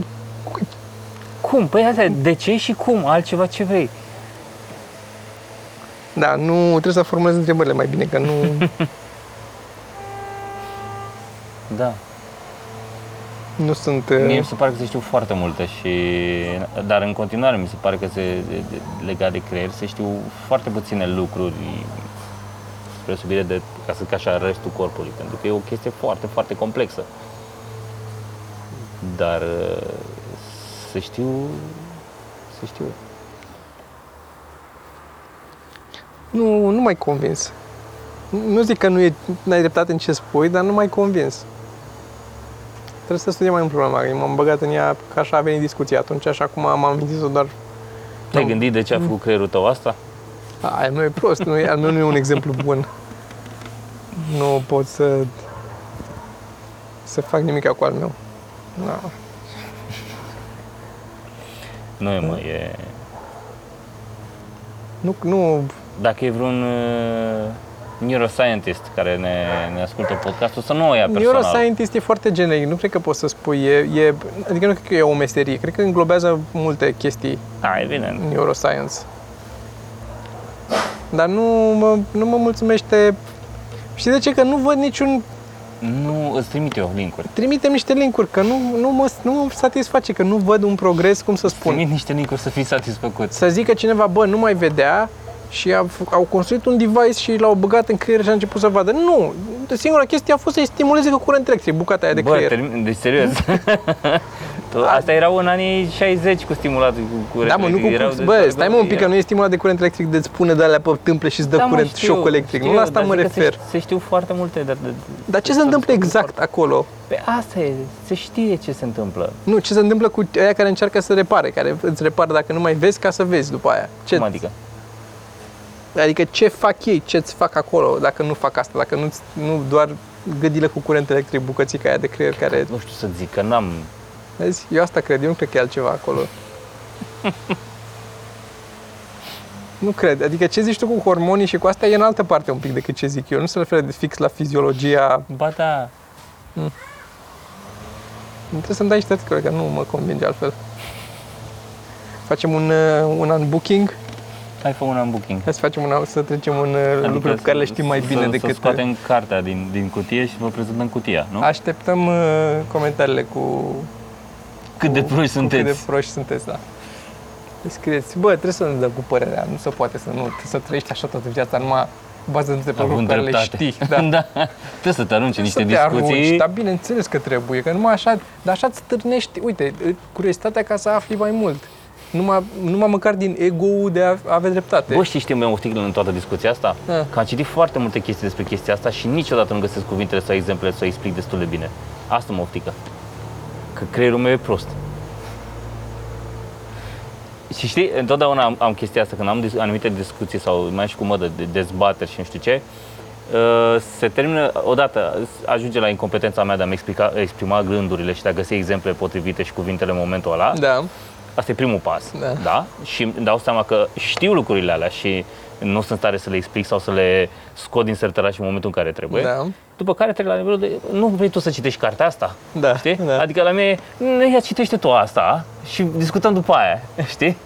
Speaker 1: Cum? Păi asta e, de ce și cum? Altceva ce vrei.
Speaker 2: Da, nu trebuie să formulez întrebările mai bine, că nu...
Speaker 1: Da.
Speaker 2: Nu sunt... uh,
Speaker 1: Mie mi se pare că se știu foarte multe și... Dar în continuare mi se pare că se, legat de creier se știu foarte puține lucruri spre subire de, ca să zic așa, restul corpului, pentru că e o chestie foarte, foarte complexă. Dar se știu, se știu.
Speaker 2: Nu, nu mai convins. Nu zic că nu e, n-ai dreptate în ce spui, dar nu mai convins. Trebuie să studiem mai mult problema. Eu m-am băgat în ea că așa a venit discuția atunci și acum am zis-o doar...
Speaker 1: Te-ai gândit de ce a făcut creierul tău asta?
Speaker 2: Aia nu e prost, nu e, al meu nu e un exemplu bun. Nu pot să... să fac nimic cu al meu. Da.
Speaker 1: Nu e, mă, e...
Speaker 2: Nu, nu,
Speaker 1: Dacă e vreun uh, neuroscientist care ne, ne ascultă podcastul, să nu o ia personal.
Speaker 2: neuroscientist e foarte generic, nu cred că poți să spui, e, e, adică nu cred că e o meserie, cred că înglobează multe chestii
Speaker 1: Da, evident.
Speaker 2: neuroscience. Dar nu mă, nu mă mulțumește... Știi de ce? Că nu văd niciun...
Speaker 1: Nu, îți trimit eu linkuri.
Speaker 2: Trimitem niște linkuri, că nu, nu, mă, nu mă satisface, că nu văd un progres, cum să spun.
Speaker 1: Trimit niște linkuri să fii satisfăcut.
Speaker 2: Să zică cineva, bă, nu mai vedea și a, f- au construit un device și l-au băgat în creier și a început să vadă. Nu! Singura chestie a fost să-i stimuleze cu curent electric bucata aia de
Speaker 1: Bă,
Speaker 2: creier.
Speaker 1: termin, deci serios. Tu- Asta erau în anii 60 cu stimulatul cu curent.
Speaker 2: Da, mă, nu cu
Speaker 1: electric. Erau
Speaker 2: curent.
Speaker 1: de-
Speaker 2: Bă, stai mă un pic, că nu e stimulat de curent electric de spune de alea pe tâmple și îți dă
Speaker 1: Da, mă,
Speaker 2: curent, șoc electric. nu la asta
Speaker 1: dar
Speaker 2: mă
Speaker 1: zic că se
Speaker 2: refer.
Speaker 1: ș- Se știu foarte multe, dar... de-
Speaker 2: Dar ce se întâmplă exact acolo?
Speaker 1: Pe asta e, se știe ce se întâmplă.
Speaker 2: Nu, ce se întâmplă cu aia care încearcă să repare, care îți repară dacă nu mai vezi ca să vezi după aia. Ce,
Speaker 1: Cum adică?
Speaker 2: Adică ce fac ei, ce îți fac acolo dacă nu fac asta, dacă nu, nu doar gâdile cu curent electric, bucățica aia de creier care...
Speaker 1: Nu știu să zic, că n-am...
Speaker 2: Vezi? Eu asta cred, eu nu cred că e altceva acolo. nu cred. Adică ce zici tu cu hormonii și cu asta e în altă parte un pic decât ce zic eu. Nu se referă de fix la fiziologia.
Speaker 1: Ba da,
Speaker 2: Trebuie să-mi dai niște articole, că nu mă convinge altfel. Facem un, uh, un unbooking,
Speaker 1: hai fă un unbooking.
Speaker 2: hai să facem un, să trecem un adică lucru pe care le știm mai
Speaker 1: să-
Speaker 2: bine
Speaker 1: să,
Speaker 2: decât...
Speaker 1: Să scoatem cartea din, din cutie și vă prezentăm cutia, nu?
Speaker 2: Așteptăm uh, comentariile cu
Speaker 1: cât de
Speaker 2: cu-
Speaker 1: proști sunteți.
Speaker 2: Cu cât de proști sunteți, da. Îi Scrieți, bă, trebuie să ne dăm cu părerea, nu se poate să nu, să trăiești așa toată viața, numai bazându-te pe lucruri
Speaker 1: Având
Speaker 2: pe care le
Speaker 1: dreptate.
Speaker 2: știi. Da.
Speaker 1: da. Trebuie să te arunci în niște
Speaker 2: să te arunci, da.
Speaker 1: discuții.
Speaker 2: dar bineînțeles că trebuie, că numai așa, dar așa îți târnești, uite, curiozitatea ca să afli mai mult. Numai, numai măcar din ego-ul de a avea dreptate.
Speaker 1: Bă, știi, știi, mi-am oftic în toată discuția asta?
Speaker 2: Da.
Speaker 1: Că am citit foarte multe chestii despre chestia asta și niciodată nu găsesc cuvintele sau exemplele să o explic destul de bine. Asta mă oftică. Că creierul meu e prost. Și știi, întotdeauna am, am chestia asta, când am dis- anumite discuții sau mai am și cu mădă de dezbateri și nu știu ce, uh, se termină, odată ajunge la incompetența mea de a-mi explica, exprima gândurile și de a găsi exemple potrivite și cuvintele în momentul ăla.
Speaker 2: da.
Speaker 1: Asta e primul pas,
Speaker 2: Da.
Speaker 1: da. da? Și îmi dau seama că știu lucrurile alea și nu sunt în stare să le explic sau să le scot din sertăraș în momentul în care trebuie.
Speaker 2: Da.
Speaker 1: După care trec la nivelul de, nu vrei tu să citești cartea asta,
Speaker 2: Da,
Speaker 1: știi?
Speaker 2: da.
Speaker 1: Adică la mine, e, "Nu, ia citește tu asta și discutăm după aia, știi?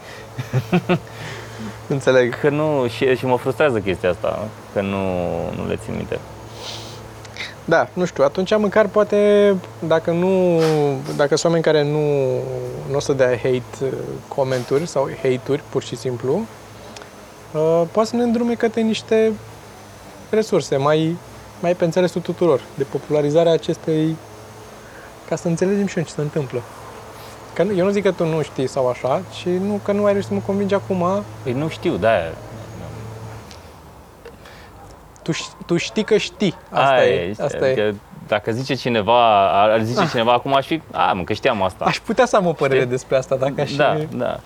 Speaker 2: Înțeleg.
Speaker 1: Că nu, și, și mă frustrează chestia asta, că nu, nu le țin minte.
Speaker 2: Da, nu știu, atunci măcar poate, dacă nu, dacă sunt oameni care nu, nu o să dea hate uh, comenturi sau hate-uri, pur și simplu, uh, poate să ne îndrume către niște resurse mai, mai pe înțelesul tuturor, de popularizarea acestei, ca să înțelegem și noi ce se întâmplă. Că nu, eu nu zic că tu nu știi sau așa, ci nu, că nu ai reușit să mă convingi acum.
Speaker 1: Păi nu știu, da,
Speaker 2: Tu, ș- tu știi că știi. Asta e. Asta
Speaker 1: adică,
Speaker 2: e. Ah.
Speaker 1: Dacă zice cineva, ar ar zice cineva acum, aș fi, a, mă, că știam asta.
Speaker 2: Aș putea să am o părere
Speaker 1: Știi?
Speaker 2: despre asta dacă aș
Speaker 1: Da, da.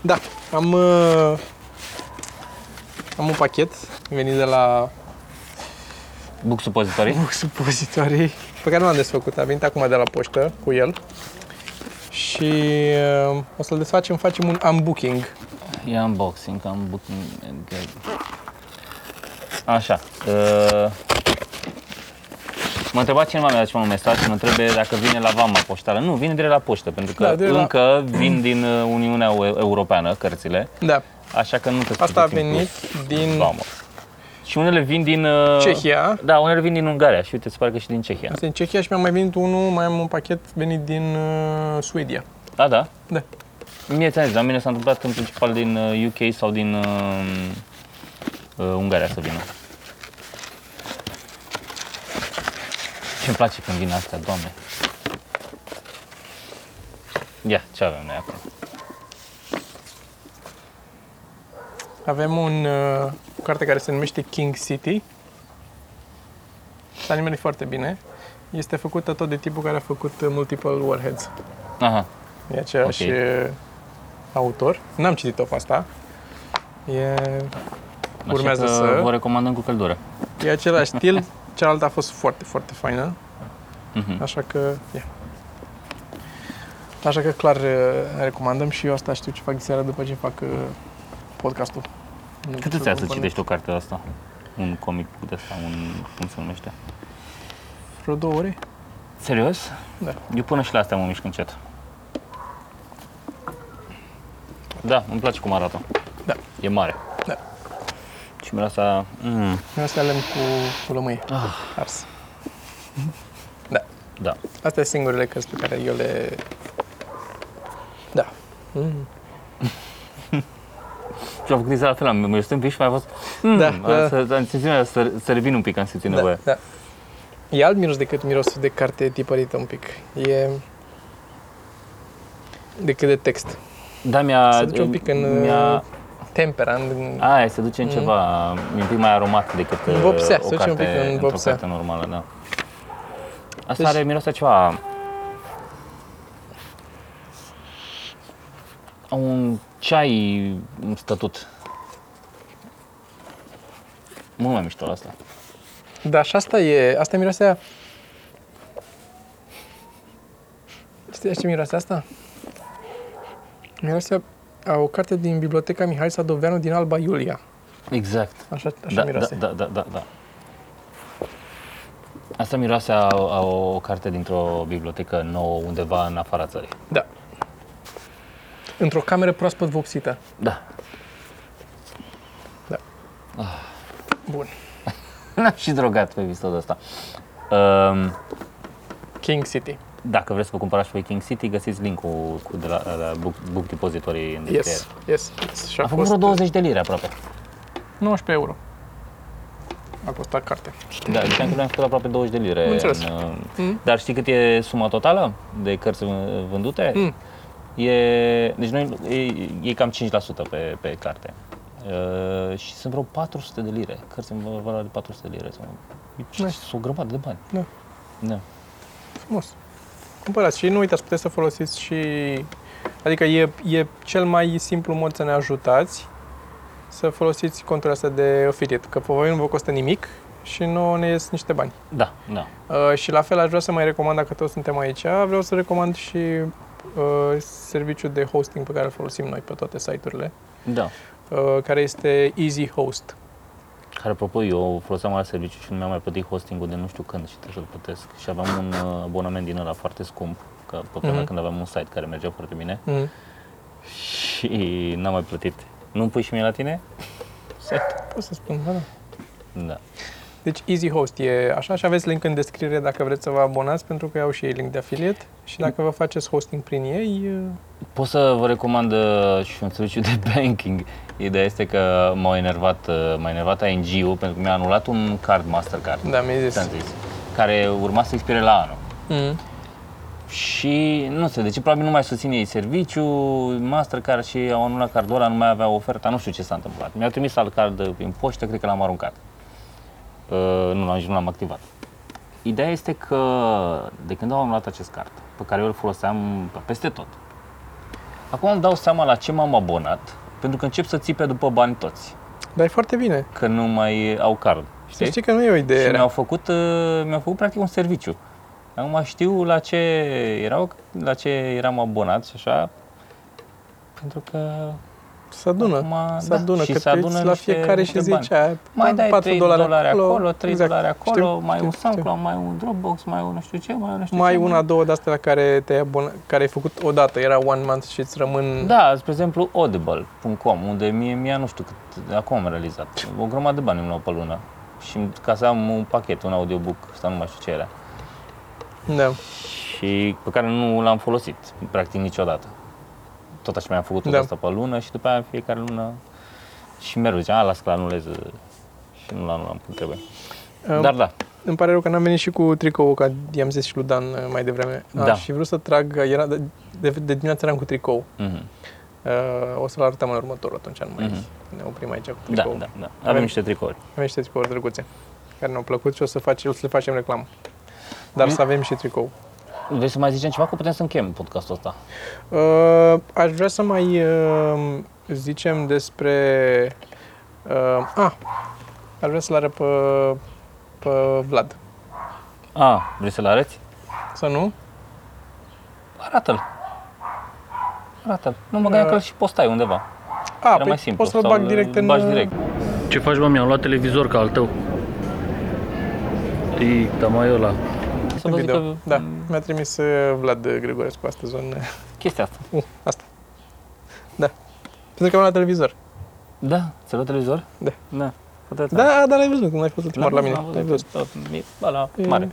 Speaker 2: Da, am, uh, am un pachet venit de la
Speaker 1: Buc supozitorii?
Speaker 2: supozitorii pe care nu l-am desfăcut, a venit acum de la poștă cu el și uh, o să-l desfacem, facem un unbooking.
Speaker 1: E unboxing, am booking Așa. Uh, mă întreba cineva, mi-a dat un mesaj și mă întrebe dacă vine la vama poștală. Nu, vine direct la poștă, pentru că
Speaker 2: Da, direct la-
Speaker 1: încă vin din uh, Uniunea Eu- Europeană cărțile,
Speaker 2: Da,
Speaker 1: așa că nu te
Speaker 2: asta a venit din
Speaker 1: Vamă. Și unele vin din... uh,
Speaker 2: Cehia.
Speaker 1: Da, unele vin din Ungaria și uite, se pare că și din Cehia.
Speaker 2: Asta e în Cehia și mi-a mai venit unul, mai am un pachet venit din uh, Suedia.
Speaker 1: Da, da.
Speaker 2: Da.
Speaker 1: Mie ți-am zis, la mine s-a întâmplat în principal din uh, UK sau din uh, uh, Ungaria să vină. Ce îmi place când vin astea, doamne. Ia, ce avem noi acum?
Speaker 2: Avem un, uh, o carte care se numește King City. S-a nimerit foarte bine. Este făcută tot de tipul care a făcut uh, Multiple Warheads.
Speaker 1: Aha,
Speaker 2: E același
Speaker 1: Ok.
Speaker 2: okay. autor. N-am citit-o pe asta. E,
Speaker 1: așa
Speaker 2: Urmează
Speaker 1: că
Speaker 2: să-
Speaker 1: vă recomandăm cu căldură.
Speaker 2: e același stil. Cealaltă a fost foarte, foarte faină.
Speaker 1: Mhm.
Speaker 2: Așa că, ia. Așa că clar eh, recomandăm și eu asta știu ce fac seara după ce fac eh, podcastul. Nu
Speaker 1: Cât
Speaker 2: știu
Speaker 1: îți ia
Speaker 2: cum
Speaker 1: să
Speaker 2: până-
Speaker 1: citești o carte de asta? Un comic de asta, un... cum se numește?
Speaker 2: Vreo două ore?
Speaker 1: Serios?
Speaker 2: Da.
Speaker 1: Eu până și la astea mă mișc încet. Da, îmi place cum arată.
Speaker 2: Da.
Speaker 1: E mare.
Speaker 2: Da.
Speaker 1: Și miroase a... Mm,
Speaker 2: Eu astea lemn cu, cu lămâie ars. Ah. Da.
Speaker 1: da.
Speaker 2: Astea sunt singurele cărți pe care eu le... Da. Mm.
Speaker 1: Și am făcut exact la fel, mă este un pic și mai fost... Mm,
Speaker 2: Da,
Speaker 1: am
Speaker 2: da.
Speaker 1: Să, am simțit mai- să, să revin un pic, am simțit
Speaker 2: da,
Speaker 1: nevoie.
Speaker 2: da. E alt miros decât mirosul de carte tipărită un pic. E... Decât de text.
Speaker 1: Da, mi-a...
Speaker 2: Se duce un pic în uh,
Speaker 1: Mi-a,
Speaker 2: tempera, în,
Speaker 1: aia, se duce în ceva, e un pic mai aromat decât
Speaker 2: În vopsea,
Speaker 1: uh,
Speaker 2: se
Speaker 1: o
Speaker 2: duce
Speaker 1: carte,
Speaker 2: Mm. un pic în
Speaker 1: într-o
Speaker 2: vopsea.
Speaker 1: carte normală, da. Asta
Speaker 2: Deci-
Speaker 1: are miros a ceva... Un ceai stătut. Mult mai mișto la asta.
Speaker 2: Da, și asta e, asta miroase a... Știi ce miroase asta? Miroase a, a o carte din biblioteca Mihai Sadoveanu din Alba Iulia.
Speaker 1: Exact.
Speaker 2: Așa,
Speaker 1: Da,
Speaker 2: așa
Speaker 1: da,
Speaker 2: miroase.
Speaker 1: da, da, da, da. Asta miroase a, a o carte dintr-o bibliotecă nouă undeva în afara țării.
Speaker 2: da. Într-o cameră proaspăt vopsită.
Speaker 1: Da.
Speaker 2: Bun.
Speaker 1: N-am și drogat pe episodul ăsta. Um,
Speaker 2: King City.
Speaker 1: Dacă vreți să vă cumpărați pe King City, găsiți linkul cu de la, la book, book Depository în descriere.
Speaker 2: Yes, uh, yes. yes. Și
Speaker 1: A făcut vreo 20 de lire aproape.
Speaker 2: 19 euro. A costat cartea.
Speaker 1: Da, ziceam că noi am făcut aproape 20 de lire.
Speaker 2: Am înțeles.
Speaker 1: uh,
Speaker 2: Mm.
Speaker 1: Dar știi cât e suma totală de cărți vân- vândute?
Speaker 2: Mm.
Speaker 1: E, deci noi, e, e cam 5% pe, pe carte. Uh, și sunt vreo 400 de lire, cărți în valoare de 400 de lire. Sau, e-
Speaker 2: Nice.
Speaker 1: Sunt o grămadă de bani.
Speaker 2: Da.
Speaker 1: da.
Speaker 2: Frumos. Cumpărați și nu uitați, puteți să folosiți și... Adică e, e cel mai simplu mod să ne ajutați să folosiți contul astea de affiliate, că pe voi nu vă costă nimic și nu ne ies niște bani.
Speaker 1: Da, da.
Speaker 2: Uh, și la fel aș vrea să mai recomand, dacă toți suntem aici, vreau să recomand și uh, serviciul de hosting pe care îl folosim noi pe toate site-urile,
Speaker 1: Da.
Speaker 2: uh, care este Easy Host.
Speaker 1: Care, apropo, eu foloseam alt serviciu și nu mi-am mai plătit hostingul de nu știu când și trebuie să-l plătesc. Și aveam un uh, abonament din ăla foarte scump, că pe vremea
Speaker 2: Mhm.
Speaker 1: când aveam un site care mergea foarte bine
Speaker 2: Mm.
Speaker 1: și n-am mai plătit. Nu-mi pui și mie la tine? Site.
Speaker 2: Pot să spun, da, da.
Speaker 1: Da.
Speaker 2: Deci EasyHost e așa și aveți link în descriere dacă vreți să vă abonați pentru că au și ei link de afiliat și dacă vă faceți hosting prin ei, uh, e-
Speaker 1: Pot să vă recomand uh, și un serviciu de banking. Ideea este că m-au enervat, uh, m-a enervat ING-ul pentru că mi-a anulat un card Mastercard,
Speaker 2: da, mi-ai
Speaker 1: ți-am
Speaker 2: zis.
Speaker 1: zis, care urma să expire la anul.
Speaker 2: Mm.
Speaker 1: Și nu știu, deci probabil nu mai susține ei serviciu, Mastercard și au anulat cardul ăla, nu mai avea oferta, nu știu ce s-a întâmplat. Mi-au trimis alt card prin poștă, cred că l-am aruncat. Uh, nu l-am, nici nu l-am activat. Ideea este că de când au anulat acest card, pe care eu îl foloseam pe- peste tot, acum îmi dau seama la ce m-am abonat, pentru că încep să țipe după bani toți,
Speaker 2: Dar e foarte bine.
Speaker 1: că nu mai au card.
Speaker 2: Să știi că nu e o idee
Speaker 1: Și
Speaker 2: rea.
Speaker 1: mi-au făcut, uh, mi-au făcut practic un serviciu. Acum știu la ce erau, la ce eram abonat și așa, pentru că
Speaker 2: Se adună.
Speaker 1: Acum,
Speaker 2: se
Speaker 1: da,
Speaker 2: adună,
Speaker 1: și
Speaker 2: că
Speaker 1: se adună
Speaker 2: te, la
Speaker 1: niște-
Speaker 2: fiecare și
Speaker 1: niște bani.
Speaker 2: zici aia,
Speaker 1: Mai dai
Speaker 2: 4
Speaker 1: 3
Speaker 2: dolari acolo,
Speaker 1: acolo 3
Speaker 2: exact,
Speaker 1: dolari acolo,
Speaker 2: știu,
Speaker 1: mai un
Speaker 2: știu, știu.
Speaker 1: SoundCloud, mai un Dropbox, mai un nu știu ce, mai un nu știu
Speaker 2: Mai
Speaker 1: ce.
Speaker 2: una, două de astea la care te-ai abonat, care ai făcut odată, era one month și îți rămân...
Speaker 1: Da, spre exemplu audible.com, unde mie, mie nu știu cât, acum am realizat, o grămadă de bani îmi luau pe lună. Și ca să am un pachet, un audiobook sau nu mai știu ce era.
Speaker 2: da.
Speaker 1: Și pe care nu l-am folosit, practic niciodată. Tot așa mi-am făcut o
Speaker 2: Da.
Speaker 1: asta pe lună și după aia în fiecare lună și mereu ziceam, a, las că anulez uh, și nu l-am, nu l-am cum trebuie.
Speaker 2: Um,
Speaker 1: Dar da,
Speaker 2: Îmi pare rău că n-am venit și cu tricou, ca i-am zis și lui Dan uh, mai devreme.
Speaker 1: Da.
Speaker 2: A, și vreau să trag, uh, era de, de, de dimineață eram cu tricou.
Speaker 1: mhm.
Speaker 2: Uh, o să-l arătăm în următorul atunci, nu mai
Speaker 1: Mhm.
Speaker 2: ne oprim aici cu
Speaker 1: da,
Speaker 2: tricou.
Speaker 1: da, da.
Speaker 2: Avem-
Speaker 1: Avem niște tricouri.
Speaker 2: Avem niște tricouri drăguțe care ne-au plăcut și o să, face, o să le facem reclamă. Dar
Speaker 1: Mm.
Speaker 2: să avem și tricou.
Speaker 1: Vrei să mai zicem ceva? Că putem să încheiem podcastul ăsta.
Speaker 2: Uh, aș vrea să mai uh, zicem despre... Uh, a, aș vrea să-l arăt pe, pe Vlad.
Speaker 1: A, Ah, vrei să-l arăți?
Speaker 2: Să nu?
Speaker 1: Arată-l. Arată-l. Nu mă gândeam
Speaker 2: Da.
Speaker 1: că îl și postai undeva.
Speaker 2: A, păi
Speaker 1: Era mai simplu.
Speaker 2: poți să-l
Speaker 1: Sau
Speaker 2: bag direct în...
Speaker 1: bagi direct.
Speaker 3: Ce faci, mă, mi-am luat televizor ca al tău. Ii, tamaiola.
Speaker 1: Să
Speaker 2: În
Speaker 1: vă zic
Speaker 2: video.
Speaker 1: că
Speaker 2: Da, mi-a trimis uh, Vlad Grigorescu astăzi un...
Speaker 1: chestia asta.
Speaker 2: Uh, asta. Da. Pentru că am la televizor.
Speaker 1: Da, ți-a luat televizor?
Speaker 2: Da.
Speaker 1: Da. Foarte tare.
Speaker 2: Da, dar ai văzut, cum ai fost ultima oară la mine.
Speaker 1: L-am
Speaker 2: Ai văzut.
Speaker 1: Da, mi- Ba, la
Speaker 2: E-
Speaker 1: mare.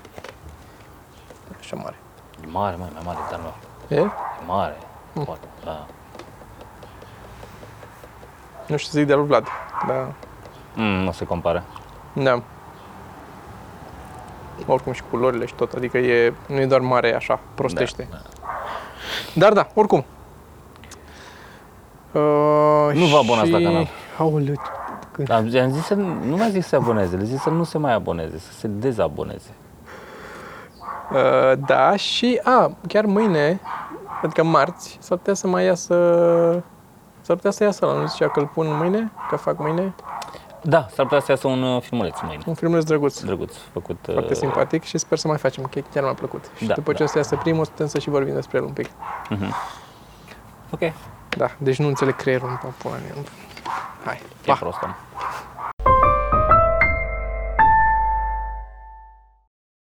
Speaker 2: Așa mare.
Speaker 1: E mare, mai, mai mare, dar nu.
Speaker 2: E?
Speaker 1: E mare. Foarte, da.
Speaker 2: Nu știu să zic de la lui Vlad. Da.
Speaker 1: Mm, nu se compară.
Speaker 2: Da. Oricum și culorile și tot, adică e, nu e doar mare așa, prostește.
Speaker 1: Da,
Speaker 2: Dar da, oricum. Uh,
Speaker 1: Nu vă abonați
Speaker 2: și...
Speaker 1: la canal.
Speaker 2: Aoleu,
Speaker 1: da. Am, am zis să, nu mai zic să se aboneze, le zic să nu se mai aboneze, să se dezaboneze.
Speaker 2: Uh, da, și a, chiar mâine, adică marți, s-ar putea să mai iasă S-ar putea să iasă la nu zicea că îl pun mâine, că fac mâine,
Speaker 1: Da, s-ar putea să iasă un uh, filmuleț mâine.
Speaker 2: un filmuleț drăguț,
Speaker 1: Drăguț, făcut... uh,
Speaker 2: foarte simpatic și sper să mai facem, că chiar mi-a plăcut. Și
Speaker 1: Da,
Speaker 2: după ce
Speaker 1: da.
Speaker 2: o să iasă primul, putem să și vorbim despre el un pic.
Speaker 1: Uh-huh. Ok,
Speaker 2: Da, deci nu înțeleg creierul, nu pula mea. Hai,
Speaker 1: e
Speaker 2: pa!
Speaker 1: prost, om.